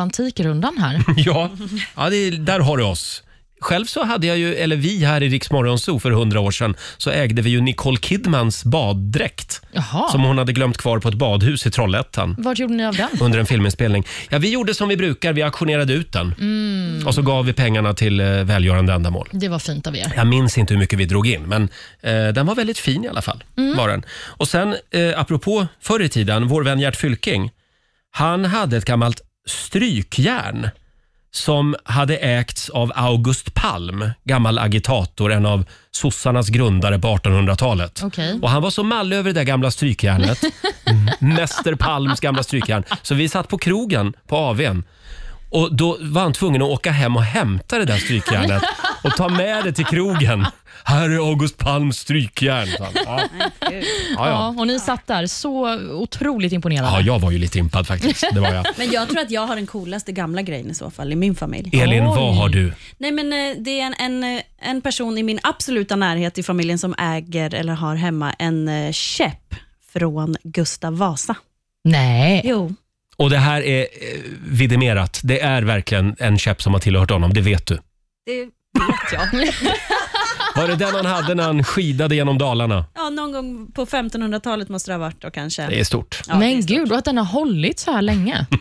B: Antikrundan här.
A: Ja, ja det, där har du oss. Själv så hade jag ju, eller vi här i Rix Morgon Zoo för hundra år sedan, så ägde vi ju Nicole Kidmans baddräkt.
B: Jaha.
A: Som hon hade glömt kvar på ett badhus i Trollhättan
B: Vad gjorde ni av den?
A: under en filminspelning. Ja, vi gjorde som vi brukar, vi auktionerade ut den. Och så gav vi pengarna till eh, välgörande ändamål.
B: Det var fint av er.
A: Jag minns inte hur mycket vi drog in, men eh, den var väldigt fin i alla fall. Var den. Och sen, eh, apropå förr i tiden, vår vän Gert Fylking. Han hade ett gammalt strykjärn som hade ägts av August Palm, gammal agitator, en av sossarnas grundare på 1800-talet.
B: Okej.
A: Och Han var så mallig över det där gamla strykjärnet, Mäster Palms gamla strykjärn, så vi satt på krogen på AWn och då var han tvungen att åka hem och hämta det där strykjärnet och ta med det till krogen. Här är August Palms strykjärn. sa han. Ja. Ja,
B: Ja,
A: ja.
B: och ni satt där så otroligt imponerade.
A: ja, jag var ju lite impad faktiskt. Det var jag.
E: Men jag tror att jag har den coolaste gamla grejen i så fall i min familj.
A: Elin, vad har du?
E: Nej, men eh, det är en, en, eh, en person i min absoluta närhet i familjen som äger eller har hemma en eh, käpp från Gustav Vasa.
B: Nej.
E: Jo.
A: Och det här är eh, vidimerat. Det är verkligen en käpp som har tillhört honom, det vet du.
E: Det vet jag.
A: Var det den han hade när han skidade genom Dalarna?
E: ja, någon gång på 1500-talet måste det ha varit då kanske.
A: Det är stort.
E: Ja, det är
B: Men
E: stort.
B: gud, och att den har hållit så här länge.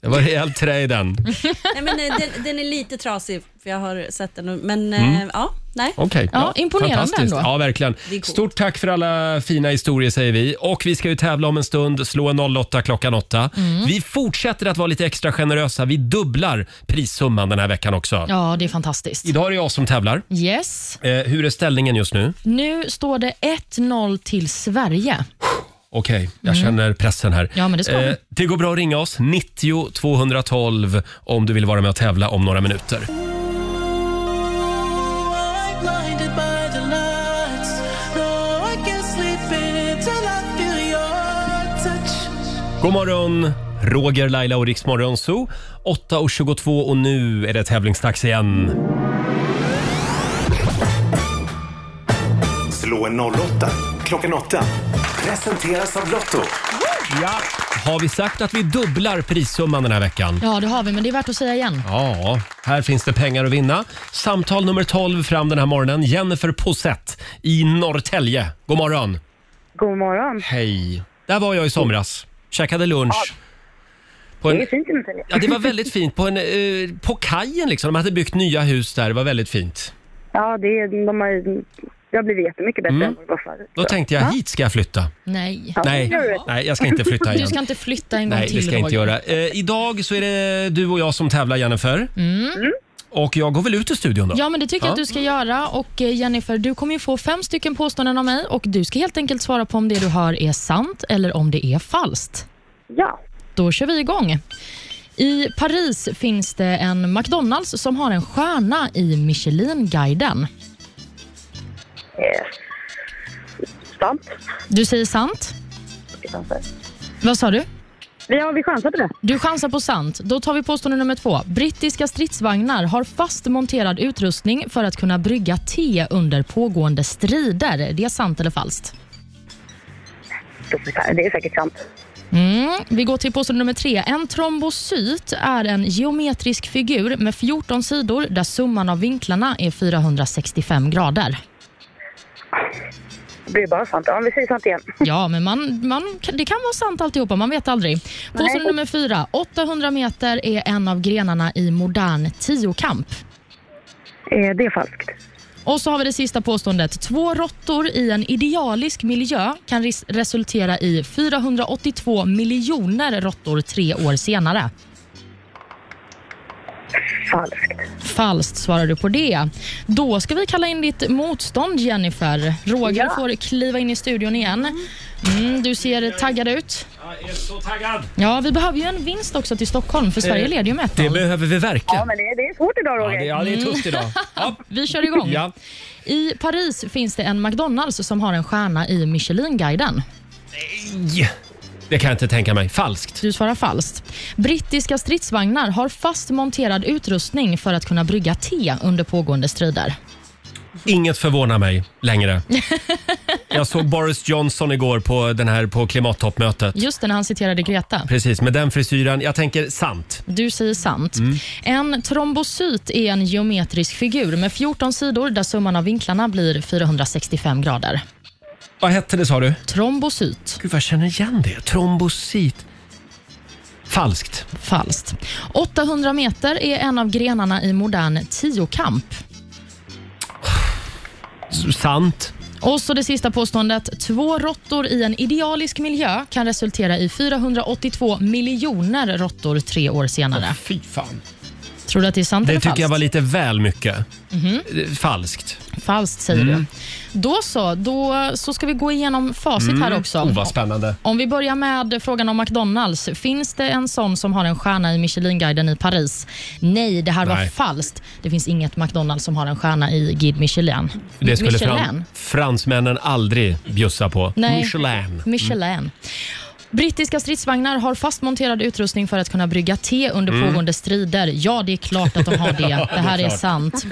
A: Det var rejält trä i den.
E: Nej, men eh, den, den är lite trasig, för jag har sett den. Men
A: Mm.
E: eh, ja, nej.
A: Okej.
B: Ja, imponerande
A: fantastiskt.
B: ändå.
A: Ja, verkligen.
E: Det är coolt.
A: Stort tack för alla fina historier säger vi. Och vi ska ju tävla om en stund. Slå en 08 klockan 8.
B: Mm.
A: Vi fortsätter att vara lite extra generösa. Vi dubblar prissumman den här veckan också.
B: Ja, det är fantastiskt.
A: Idag är det jag som tävlar.
B: Yes.
A: Eh, hur är ställningen just nu?
B: Nu står det 1-0 till Sverige.
A: Okej, jag känner pressen här.
B: Mm. Ja, men det ska vi.
A: det går bra att ringa oss, 90 212 om du vill vara med och tävla om några minuter. God morgon, Roger, Laila och Riksmorgon Zoo. 8.22 och nu är det tävlingsdags igen.
C: Slå en 08 klockan åtta. Presenteras av Lotto.
A: Ja. Har vi sagt att vi dubblar prissumman den här veckan?
B: Ja, det har vi, men det är värt att säga igen.
A: Ja, här finns det pengar att vinna. Samtal nummer 12 fram den här morgonen. Jennifer Posett i Norrtälje. God morgon!
I: God morgon.
A: Hej! Där var jag i somras. Käkade lunch. På
I: Det är
A: en,
I: fint i Norrtälje.
A: ja, det var väldigt fint. På, en, eh, på kajen liksom. De hade byggt nya hus där. Det var väldigt fint.
I: Ja, det är, de har ju... Det har blivit jättemycket bättre än vad det var förut.
A: Då tänkte jag, hit ska jag flytta.
B: Nej.
I: Ja,
A: Nej,
I: det gör det.
A: nej jag ska inte flytta
B: Du
A: igen.
B: ska inte flytta en gång
A: Nej,
B: till,
A: det ska jag inte
B: Roger.
A: göra. Eh, idag så är det du och jag som tävlar, Jennifer. Och jag går väl ut ur studion då?
B: Mm. Ja, men det tycker jag
A: Ja.
B: att du ska göra. Och eh, Jennifer, du kommer ju få fem stycken påståenden av mig och du ska helt enkelt svara på om det du hör är sant eller om det är falskt.
I: Ja.
B: Då kör vi igång. I Paris finns det en McDonalds som har en stjärna i Michelinguiden.
I: Eh, sant.
B: Du säger sant. Vad sa du?
I: Vi, ja, vi chansar på det.
B: Du chansar på sant. Då tar vi påstående nummer två. Brittiska stridsvagnar har fast monterad utrustning för att kunna brygga te under pågående strider. Det är sant eller falskt?
I: Det är säkert sant.
B: Mm. Vi går till påstående nummer tre. En trombocyt är en geometrisk figur med 14 sidor där summan av vinklarna är 465 grader.
I: Det är bara sant. Ja, vi säger sant igen.
B: Ja, men man, man, det kan vara sant alltihopa. Man vet aldrig. Påstående nummer fyra. 800 meter är en av grenarna i modern tiokamp.
I: Eh, det är falskt.
B: Och så har vi det sista påståendet. Två råttor i en idealisk miljö kan ris- resultera i 482 miljoner råttor tre år senare.
I: Falskt.
B: Falskt svarar du på det. Då ska vi kalla in ditt motstånd, Jennifer. Roger får kliva in i studion igen. Mm, du ser taggad ut.
A: Jag är så taggad!
B: Ja, vi behöver ju en vinst också till Stockholm, för Sverige
A: Eh,
B: leder ju med
A: Det
B: 1-0.
A: behöver vi
I: Ja,
A: verkligen.
I: men det, det är svårt idag,
A: Ja,
I: Roger.
A: det, ja, det är tufft idag. Ja.
B: Vi kör igång.
A: Ja.
B: I Paris finns det en McDonalds som har en stjärna i Michelinguiden.
A: Ja. Det kan jag inte tänka mig. Falskt.
B: Du svarar falskt. Brittiska stridsvagnar har fast monterad utrustning för att kunna brygga te under pågående strider.
A: Inget förvånar mig längre. Jag såg Boris Johnson igår på, den här, på klimattoppmötet.
B: Just det, när han citerade Greta.
A: Precis, med den frisyren. Jag tänker sant.
B: Du säger sant. En trombocyt är en geometrisk figur med 14 sidor där summan av vinklarna blir 465 grader.
A: Vad hette det sa du?
B: Trombocyt.
A: Gud, vad jag känner igen det. Trombocyt. Falskt.
B: Falskt. 800 meter är en av grenarna i modern tiokamp.
A: S- Sant.
B: Och så det sista påståendet. Två råttor i en idealisk miljö kan resultera i 482 miljoner råttor tre år senare.
A: Fy fan.
B: Tror du att det är sant
A: Det
B: eller
A: tycker
B: falskt? Mhm.
A: jag var lite väl mycket. Eh, Falskt.
B: Falskt säger
A: Mm.
B: du. Då så, då så ska vi gå igenom facit här också.
A: Oh, vad spännande.
B: Om vi börjar med frågan om McDonalds. Finns det en sån som har en stjärna i Michelinguiden i Paris? Nej, det här var
A: Nej.
B: falskt. Det finns inget McDonalds som har en stjärna i Guide Michelin.
A: Det skulle
B: Michelin.
A: fram, fransmännen aldrig bjussa på.
B: Nej.
A: Michelin.
B: Michelin. Brittiska stridsvagnar har fast monterad utrustning för att kunna brygga te under
A: Mm.
B: pågående strider. Ja, det är klart att de har det. Det här är,
A: klart.
B: sant.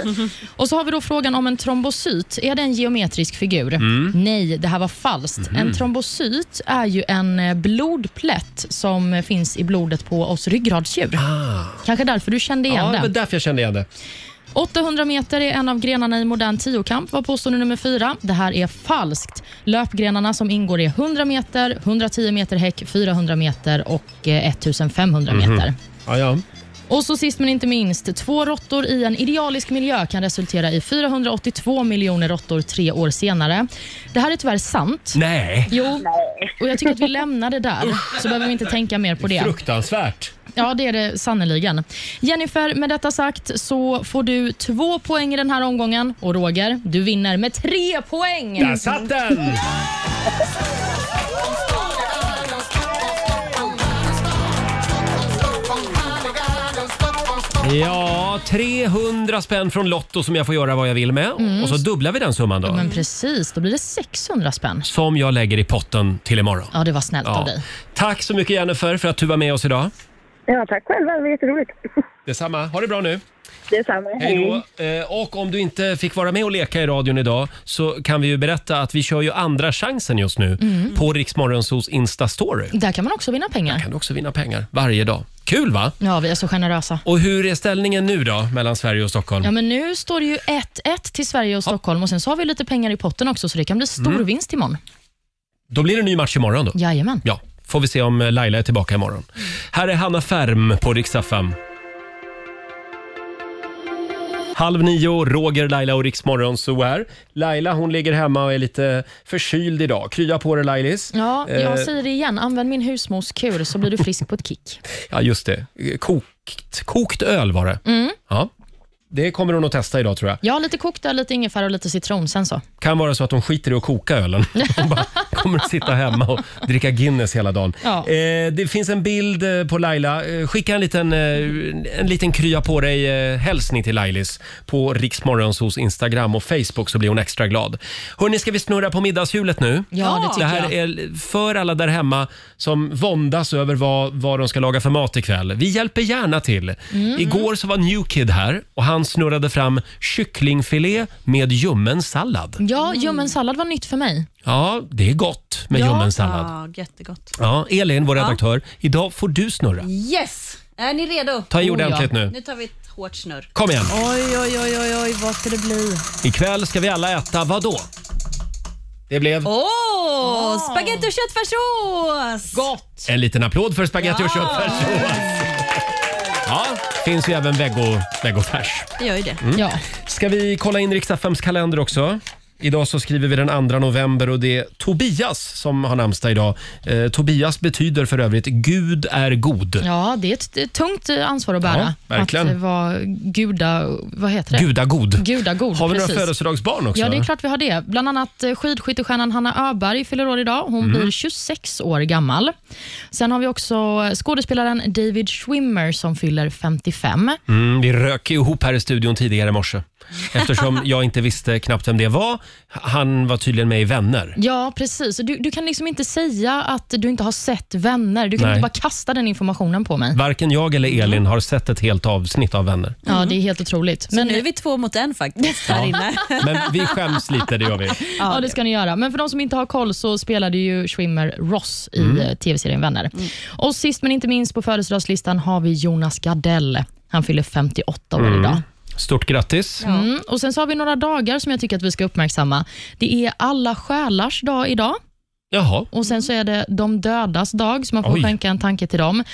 B: Och så har vi då frågan om en trombocyt. Är det en geometrisk figur?
A: Mm.
B: Nej, det här var falskt. En trombocyt är ju en eh, blodplätt som eh, finns i blodet på oss ryggradsdjur. Kanske därför du kände igen
A: Ah. Ja, det
B: den.
A: var därför jag kände igen det.
B: 800 meter är en av grenarna i modern tiokamp, var påstående nummer fyra. Det här är falskt. Löpgrenarna som ingår är 100 meter, 110 meter häck, 400 meter och eh, 1500 meter.
A: Ja, ja.
B: Och så sist men inte minst, två råttor i en idealisk miljö kan resultera i 482 miljoner råttor tre år senare. Det här är tyvärr sant.
A: Nej,
B: Jo, och jag tycker att vi lämnar det där, så behöver vi inte tänka mer på det.
A: fruktansvärt.
B: Ja, det är det sannerligen. Jennifer, med detta sagt så får du två poäng i den här omgången. Och Roger, du vinner med tre poäng!
A: Där satt den! Ja, 300 spänn från Lotto som jag får göra vad jag vill med. Och så dubblar vi den summan då.
B: Mm. Men Mm. precis, då blir det 600 spänn.
A: Som jag lägger i potten till imorgon.
B: Ja, det var snällt av
A: Ja.
B: dig.
A: Tack så mycket Jennifer för att du var med oss idag.
I: Ja, tack själva. Det var jätteroligt.
A: Detsamma. Ha det bra nu.
D: Detsamma.
A: Hej då. Eh, Och om du inte fick vara med och leka i radion idag så kan vi ju berätta att vi kör ju andra chansen just nu på Riksmorgonsos Insta-story.
B: Där kan man också vinna pengar.
A: Kan du också vinna pengar varje dag. Kul va?
B: Ja, vi är så generösa.
A: Och hur är ställningen nu då mellan Sverige och Stockholm?
B: Ja, men nu står det ju 1-1 till Sverige och Stockholm och sen så har vi lite pengar i potten också så det kan bli stor
A: Mm.
B: vinst imorgon.
A: Då blir det en ny match imorgon då.
B: Jajamän.
A: Ja, får vi se om Laila är tillbaka imorgon. Här är Hanna Färm på riksdag 5. Halv nio, Roger, Laila och Riksmorgon så är. Laila hon ligger hemma och är lite förkyld idag. Krya på dig Lailis.
B: Ja, jag
A: Eh.
B: säger det igen. Använd min husmorskur så blir du frisk på ett kick.
A: Ja, just det. Kokt, kokt öl var det. Ja. Det kommer hon att testa idag tror jag.
B: Ja, lite kokt där, lite ingefära och lite citron sen så.
A: Kan vara så att hon skiter i att koka ölen. Hon bara kommer att sitta hemma och dricka Guinness hela dagen.
B: Ja.
A: Eh, det finns en bild eh, på Laila. Eh, skicka en liten, eh, en liten krya på dig-hälsning till Lailis på Riksmorgonsos Instagram och Facebook så blir hon extra glad. Hörni, ska vi snurra på middagshjulet nu?
B: Ja, det
A: Det
B: tycker
A: här
B: jag.
A: är för alla där hemma som våndas över vad, vad de ska laga för mat ikväll. Vi hjälper gärna till.
B: Mm.
A: Igår så var Newkid här och han snurrade fram kycklingfilé med ljummen sallad.
B: Ja, ljummen sallad var nytt för mig.
A: Ja, det är gott med ljummen sallad.
E: Ja, jättegott.
A: Ja, Elin, vår redaktör, idag får du snurra.
E: Yes! Är ni redo?
A: Ta i
B: Oh, ja.
A: ordentligt
E: Nu
A: nu.
E: tar vi ett hårt snurr.
A: Kom igen.
E: Oj, oj, oj, oj, oj vad ska det bli?
A: Ikväll ska vi alla äta vad då? Det blev
E: Åh, spagetti och köttfärssås!
B: Gott!
A: en liten applåd för spagetti och köttfärssås. Ja, finns ju även vego, vegofärs.
E: Det gör ju det.
A: Mm.
B: Ja.
A: Ska vi kolla in Riks-FMs kalender också? Idag så skriver vi den 2 november och det är Tobias som har namnsdag idag. Eh, Tobias betyder för övrigt Gud är god.
B: ja, det är ett ett tungt eh, ansvar att bära.
A: Ja, verkligen.
B: Att eh, vara guda... Vad heter det?
A: Gudagod.
B: Gudagod,
A: Har vi
B: precis.
A: några födelsedagsbarn också?
B: Ja, det är klart vi har det. Bland annat eh, skidskyttestjärnan Hanna Öberg fyller år idag. Hon
A: Mhm.
B: blir 26 år gammal. Sen har vi också eh, skådespelaren David Schwimmer som fyller 55.
A: Mm, vi rök ihop här i studion tidigare i morse eftersom jag inte visste knappt vem det var. Han var tydligen med i Vänner.
B: Ja, precis. Du, du kan liksom inte säga att du inte har sett vänner. Du kan
A: Nej.
B: inte bara kasta den informationen på mig.
A: Varken jag
B: Mm.
A: eller Elin har sett ett helt avsnitt av Vänner.
B: Ja, det är helt otroligt.
E: Men
B: Men,
E: nu är vi två mot en faktiskt här inne.
A: Men vi skäms lite, det gör vi.
B: Ja, det ska ni göra. Men för de som inte har koll så spelade ju Schwimmer Ross i
A: Mm.
B: eh, tv-serien Vänner. Och sist men inte minst på födelsedagslistan har vi Jonas Gardell. Han fyller 58 år
A: Mm.
B: idag.
A: Stort grattis.
B: Mm. Och Sen så har vi några dagar som jag tycker att vi ska uppmärksamma. Det är alla själars dag idag
A: Jaha.
B: och sen så är det de dödas dag, så man får
A: Oj.
B: skänka en tanke till dem.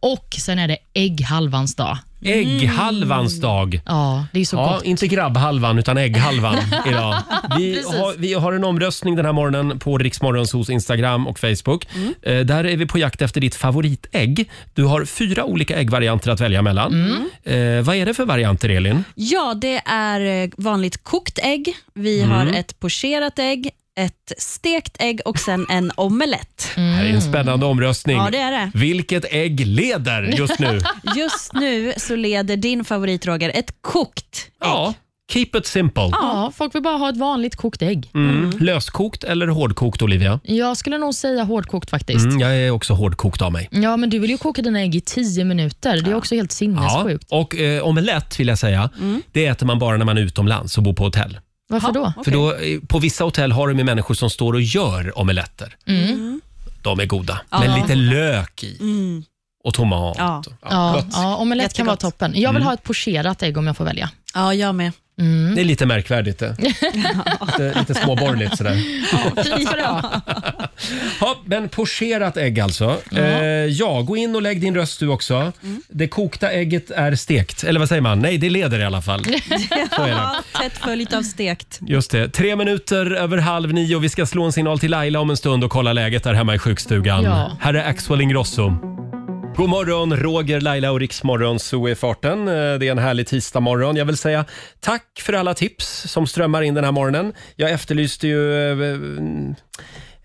B: Och sen är det ägghalvans dag. Mm.
A: Ägghalvans dag.
B: Ja, det är så
A: Ja,
B: gott.
A: inte grabbhalvan utan ägghalvan idag. Vi
B: Precis.
A: har, vi har en omröstning den här morgonen på Riksmorgonsos Instagram och Facebook. Eh, där är vi på jakt efter ditt favoritägg. Du har fyra olika äggvarianter att välja mellan. Eh, vad är det för varianter, Elin?
E: Ja, det är eh, vanligt kokt ägg. Vi
A: Mm.
E: har ett pocherat ägg, ett stekt ägg och sen en omelett.
A: Det här är en spännande omröstning.
E: Ja, det är det.
A: Vilket ägg leder just nu?
E: Just nu så leder din favorit Roger ett kokt ägg.
A: ja, keep it simple.
B: Ja, folk vill bara ha ett vanligt kokt ägg.
A: Mm. Löskokt eller hårdkokt, Olivia?
B: Jag skulle nog säga hårdkokt faktiskt.
A: Mm, jag är också hårdkokt av mig.
B: Ja, men du vill ju koka dina ägg i 10 minuter. Det är också helt
A: Ja,
B: sinnessjukt.
A: och eh, omelett vill jag säga, det äter man bara när man är utomlands och bor på hotell.
B: Varför då?
A: För då, eh, på vissa hotell har de ju människor som står och gör omeletter.
B: Mm.
E: Mm.
A: Mm. De är goda, med lite lök i.
E: Mm.
A: Och tomat.
E: Ja.
B: Ja, ja, omelett kan vara
E: Jättegott.
B: toppen. Jag
A: Mm.
B: vill ha ett pocherat ägg om jag får välja. Mm.
E: Ja, jag med.
A: Det är lite märkvärdigt det. lite, lite småborgerligt sådär.
B: Fint för det vara.
A: Ja, men pocherat ägg alltså. Ja. Eh, ja, gå in och lägg din röst du också. Det kokta ägget är stekt. Eller vad säger man? Nej, det leder i alla fall. Så är det.
E: Ja, tätt följt av stekt.
A: Just det. Tre minuter över halv nio. Vi ska slå en signal till Laila om en stund och kolla läget där hemma i sjukstugan.
B: Ja.
A: Här är Axel Ingrosso. God morgon, Roger, Laila och Riksmorgon så är farten. Eh, Det är en härlig tisdagmorgon. Jag vill säga tack för alla tips som strömmar in den här morgonen. Jag efterlyste ju eh,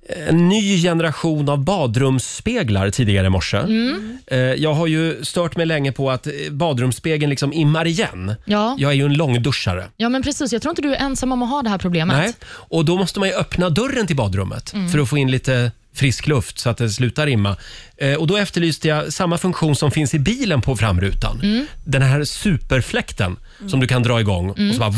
A: eh, en ny generation av badrumsspeglar tidigare i morse.
B: Mm.
A: Eh, Jag har ju stört mig länge på att eh, badrumsspegeln liksom immar igen.
B: Ja.
A: Jag är ju en långduschare.
B: ja, men precis. Jag tror inte du är ensam om att Mm. ha det här problemet.
A: Nej, och då måste man ju öppna dörren till badrummet för att få in lite frisk luft så att det slutar rimma. Eh, och då efterlyste jag samma funktion som finns i bilen på framrutan.
B: Mm.
A: Den här superfläkten som du kan dra igång
B: Mm.
A: och så bara...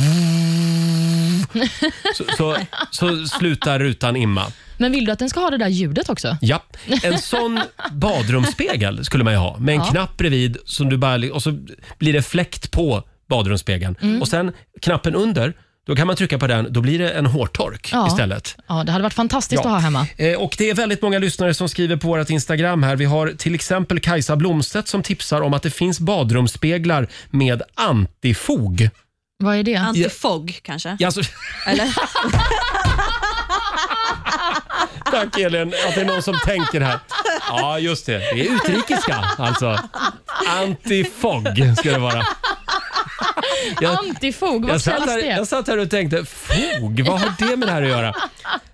A: Så, så, så slutar rutan imma.
B: Men vill du att den ska ha det där ljudet också?
A: Ja, en sån badrumsspegel skulle man ju ha med en knapp bredvid som du bara, och så blir det fläkt på badrumsspegeln.
B: Mm.
A: Och sen knappen under, då kan man trycka på den, då blir det en hårtork
B: Ja.
A: istället.
B: Ja, det hade varit fantastiskt
A: Ja.
B: att ha hemma.
A: Eh, Och Det är väldigt många lyssnare som skriver på vårt Instagram. här. Vi har till exempel Kajsa Blomstedt som tipsar om att det finns badrumsspeglar med antifog.
B: Vad är det?
E: Antifog kanske?
A: Ja, Alltså,
E: Eller?
A: tack Elin, att det är någon som tänker här. Ja, just det. Vi är utrikiska alltså. Antifog ska det vara. Jag-
B: Antifog, vad
A: Jag satt,
B: kallas
A: här,
B: det?
A: jag satt här och tänkte, fog, vad har det med det här att göra?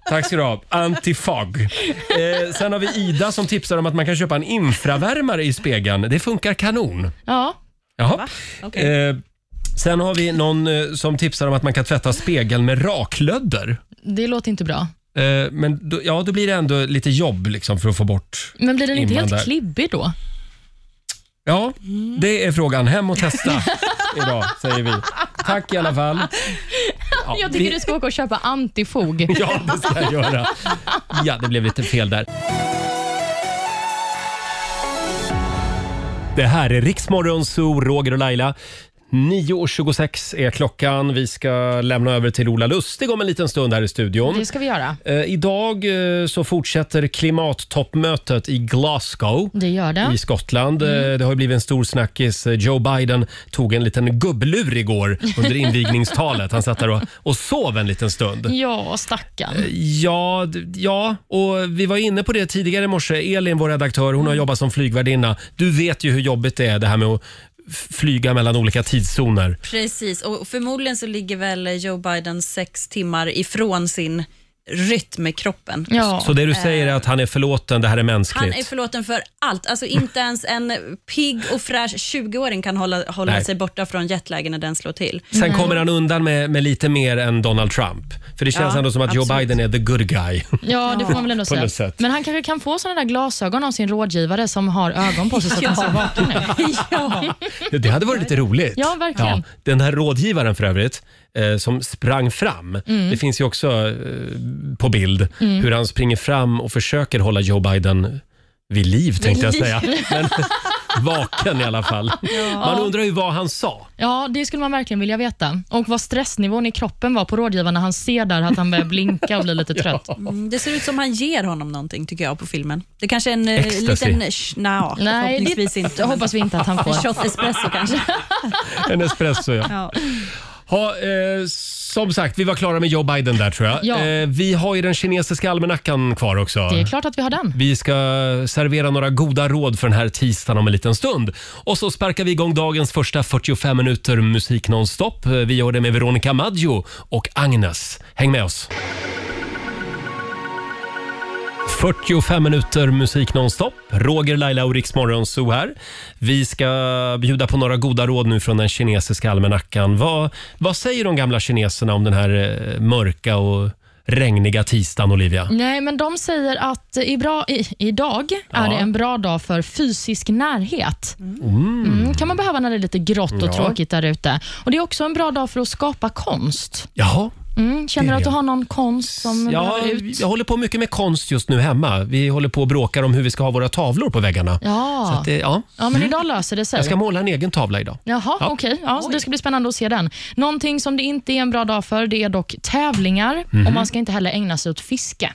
A: Tack ska du ha. Antifog. Eh, sen har vi Ida som tipsar om att man kan köpa en infravärmare i spegeln. Det funkar kanon.
B: Ja.
A: Jaha.
E: Okej.
A: Eh, sen har vi någon eh, som tipsar om att man kan tvätta spegeln med raklödder.
B: Det låter inte bra.
A: Eh, men då, ja, då blir det ändå lite jobb liksom för att få bort
B: Men blir den inte
A: Imman
B: helt
A: där.
B: klibbig då?
A: Ja,
B: Mm.
A: det är frågan. Hem och testa idag, säger vi. Tack i alla fall. Ja,
B: Jag tycker
A: vi-
B: du ska åka och köpa antifog.
A: Ja, det ska jag göra. Ja, det blev lite fel där. Det här är Riksmorgon Zoo, Roger och Laila. 9.26 är klockan. Vi ska lämna över till Ola Lustig om en liten stund här i studion.
B: Det ska vi göra.
A: Eh, idag eh, så fortsätter klimattoppmötet i Glasgow
B: Det gör det.
A: i Skottland. Eh, Det har ju blivit en stor snackis. Eh, Joe Biden tog en liten gubblur igår under invigningstalet. Han satt där och, och sov en liten stund.
B: Ja,
A: Eh,
B: stackarn.
A: Ja, d- ja, och vi var inne på det tidigare i morse. Elin, vår redaktör,
E: Mm.
A: hon har jobbat som flygvärdinna. Du vet ju hur jobbigt det är det här med att f- flyga mellan olika tidszoner.
E: Precis, och förmodligen så ligger väl Joe Biden sex timmar ifrån sin rytm i kroppen.
B: Ja.
A: Så det du säger är att han är förlåten, det här är mänskligt.
E: Han är förlåten för allt. Alltså inte ens en pigg och fräsch 20-åring kan hålla, hålla
A: Nej.
E: sig borta från jetlagen när den slår till.
A: Sen kommer han undan med, med lite mer än Donald Trump. För det känns
E: Ja,
A: ändå som att Joe
E: absolut.
A: Biden är the good guy.
B: Ja, det får man väl ändå
A: På något
B: säga.
A: sätt.
B: Men han kanske kan få såna där glasögon av sin rådgivare som har ögon på sig så att han ser vaken ut.
E: Ja.
A: Det hade varit lite roligt.
B: Ja, verkligen.
A: den här rådgivaren för övrigt, eh, som sprang fram.
B: Mm.
A: Det finns ju också eh, på bild hur han springer fram och försöker hålla Joe Biden vid liv, tänkte jag
E: liv.
A: säga. Men, vaken i alla fall. Man undrar ju vad han sa.
B: Ja, det skulle man verkligen vilja veta. Och vad stressnivån i kroppen var på rådgivaren när han ser där att han börjar blinka och blir lite trött.
E: Mm, Det ser ut som han ger honom någonting tycker jag på filmen. Det kanske är en eh,
A: Ecstasy.
E: liten... Nja,
B: Nej,
E: förhoppningsvis
B: det
E: inte. men
B: hoppas vi inte att han får.
E: En shot espresso kanske.
A: En espresso, ja.
E: Ja.
A: Ha, eh, som sagt, vi var klara med Joe Biden där tror jag.
B: Ja.
A: Eh, vi har ju den kinesiska almanackan kvar också.
B: Det är klart att vi har den.
A: Vi ska servera några goda råd för den här tisdagen om en liten stund. Och så sparkar vi igång dagens första 45 minuter musik nonstop. Vi gör det med Veronica Maggio och Agnes. Häng med oss! 45 minuter musik nonstop. Roger, Laila och Rix Morgonzoo här. Vi ska bjuda på några goda råd nu från den kinesiska almanackan. Vad, vad säger de gamla kineserna om den här eh, mörka och regniga tisdagen, Olivia?
B: Nej, men de säger att i bra, i, idag är
A: Ja.
B: det en bra dag för fysisk närhet. Mm, kan man behöva när det är lite grått och
A: Ja.
B: tråkigt där ute. Och Det är också en bra dag för att skapa konst.
A: Jaha,
B: Mm, känner
A: Det
B: du
A: är
B: att du
A: det.
B: har någon konst som
A: Ja,
B: behöver ut?
A: jag håller på mycket med konst just nu hemma. Vi håller på och bråkar om hur vi ska ha våra tavlor på väggarna. Så
B: Ja.
A: att det, ja.
B: ja, men idag löser det sig.
A: Jag ska måla en egen tavla idag.
B: Jaha,
A: Ja.
B: okej. Ja, så det ska bli spännande att se den. Någonting som det inte är en bra dag för det är dock tävlingar
A: Mhm.
B: och man ska inte heller ägna sig åt fiske.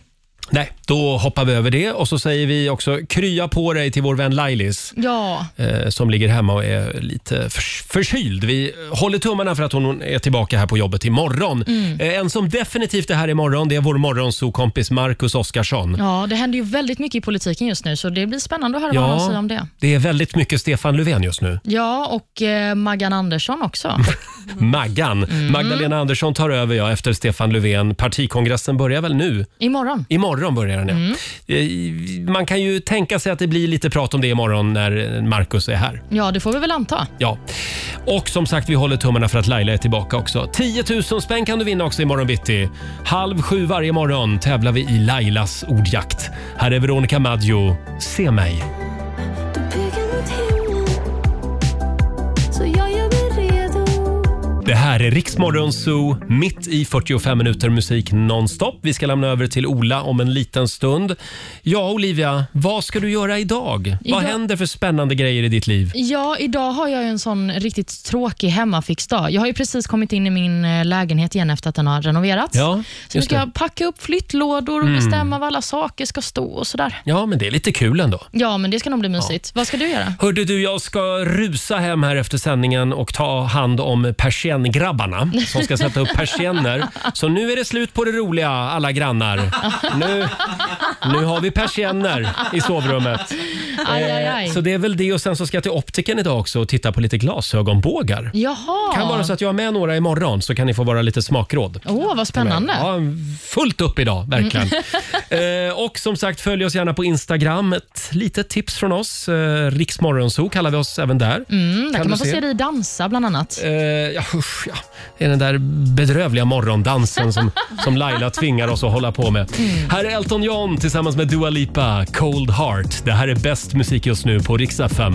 A: Nej, då hoppar vi över det och så säger vi också krya på dig till vår vän Lailis
B: Ja,
A: eh, som ligger hemma och är lite förs- förkyld. Vi håller tummarna för att hon är tillbaka här på jobbet imorgon.
B: Mm.
A: Eh, en som definitivt är här imorgon det är vår morgonsokompis Marcus Oskarsson.
B: ja, det händer ju väldigt mycket i politiken just nu så det blir spännande att höra vad han säger om det.
A: det är väldigt mycket Stefan Löfven just nu.
B: Ja, och eh, Maggan Andersson också.
A: Maggan. Magdalena Andersson tar över ja, efter Stefan Löfven. Partikongressen börjar väl nu?
B: Imorgon.
A: Imorgon börjar den, ja. Eh, Man kan ju tänka sig att det blir lite prat om det imorgon när eh, Marcus är här.
B: Ja, det får vi väl anta.
A: Ja. Och som sagt, vi håller tummarna för att Laila är tillbaka också. 10 000 spänn kan du vinna också imorgon bitti. Halv sju varje morgon tävlar vi i Lailas ordjakt. Här är Veronica Maggio. Se mig.
G: Du pekar mot himlen, så jag gör mig redo.
A: Det här är Riksmorgon Zoo, mitt i 45 minuter musik nonstop. Vi ska lämna över till Ola om en liten stund. Ja, Olivia, vad ska du göra idag?
B: Idag-
A: Vad händer för spännande grejer i ditt liv?
B: Ja, idag har jag ju en sån riktigt tråkig hemmafixdag. Jag har ju precis kommit in i min eh, lägenhet igen efter att den har renoverats.
A: Ja,
B: så nu
A: just
B: ska
A: det. Mm.
B: jag packa upp flyttlådor och bestämma var alla saker ska stå och sådär.
A: Ja, men det är lite kul ändå.
B: Ja, men det ska nog bli mysigt. Vad ska du göra?
A: Hörde du, jag ska rusa hem här efter sändningen och ta hand om persienngrabbarna som ska sätta upp persienner. Så nu är det slut på det roliga, alla grannar. Nu, nu har vi persienner i sovrummet.
B: Aj, aj,
A: Eh,
B: aj.
A: Så det är väl det och sen så ska jag till optiken idag också och titta på lite glasögonbågar.
B: Jaha.
A: Kan vara så att jag har med några imorgon så kan ni få vara lite smakråd.
B: Åh, vad spännande. Mm.
A: Ja, fullt upp idag, verkligen. eh, och som sagt, följ oss gärna på Instagram. Ett litet tips från oss. Eh, Riksmorgonzoo kallar vi oss även där.
B: Mm, där kan,
A: du
B: man få
A: se?
B: se? dig dansa bland annat.
A: Eh, ja, usch, ja. Det är den där bedrövliga morgondansen som, som Laila tvingar oss att hålla på med.
B: Mm.
A: Här är Elton John tillsammans med Dua Lipa, Cold Heart. Det här är bäst musik just nu på Rix FM.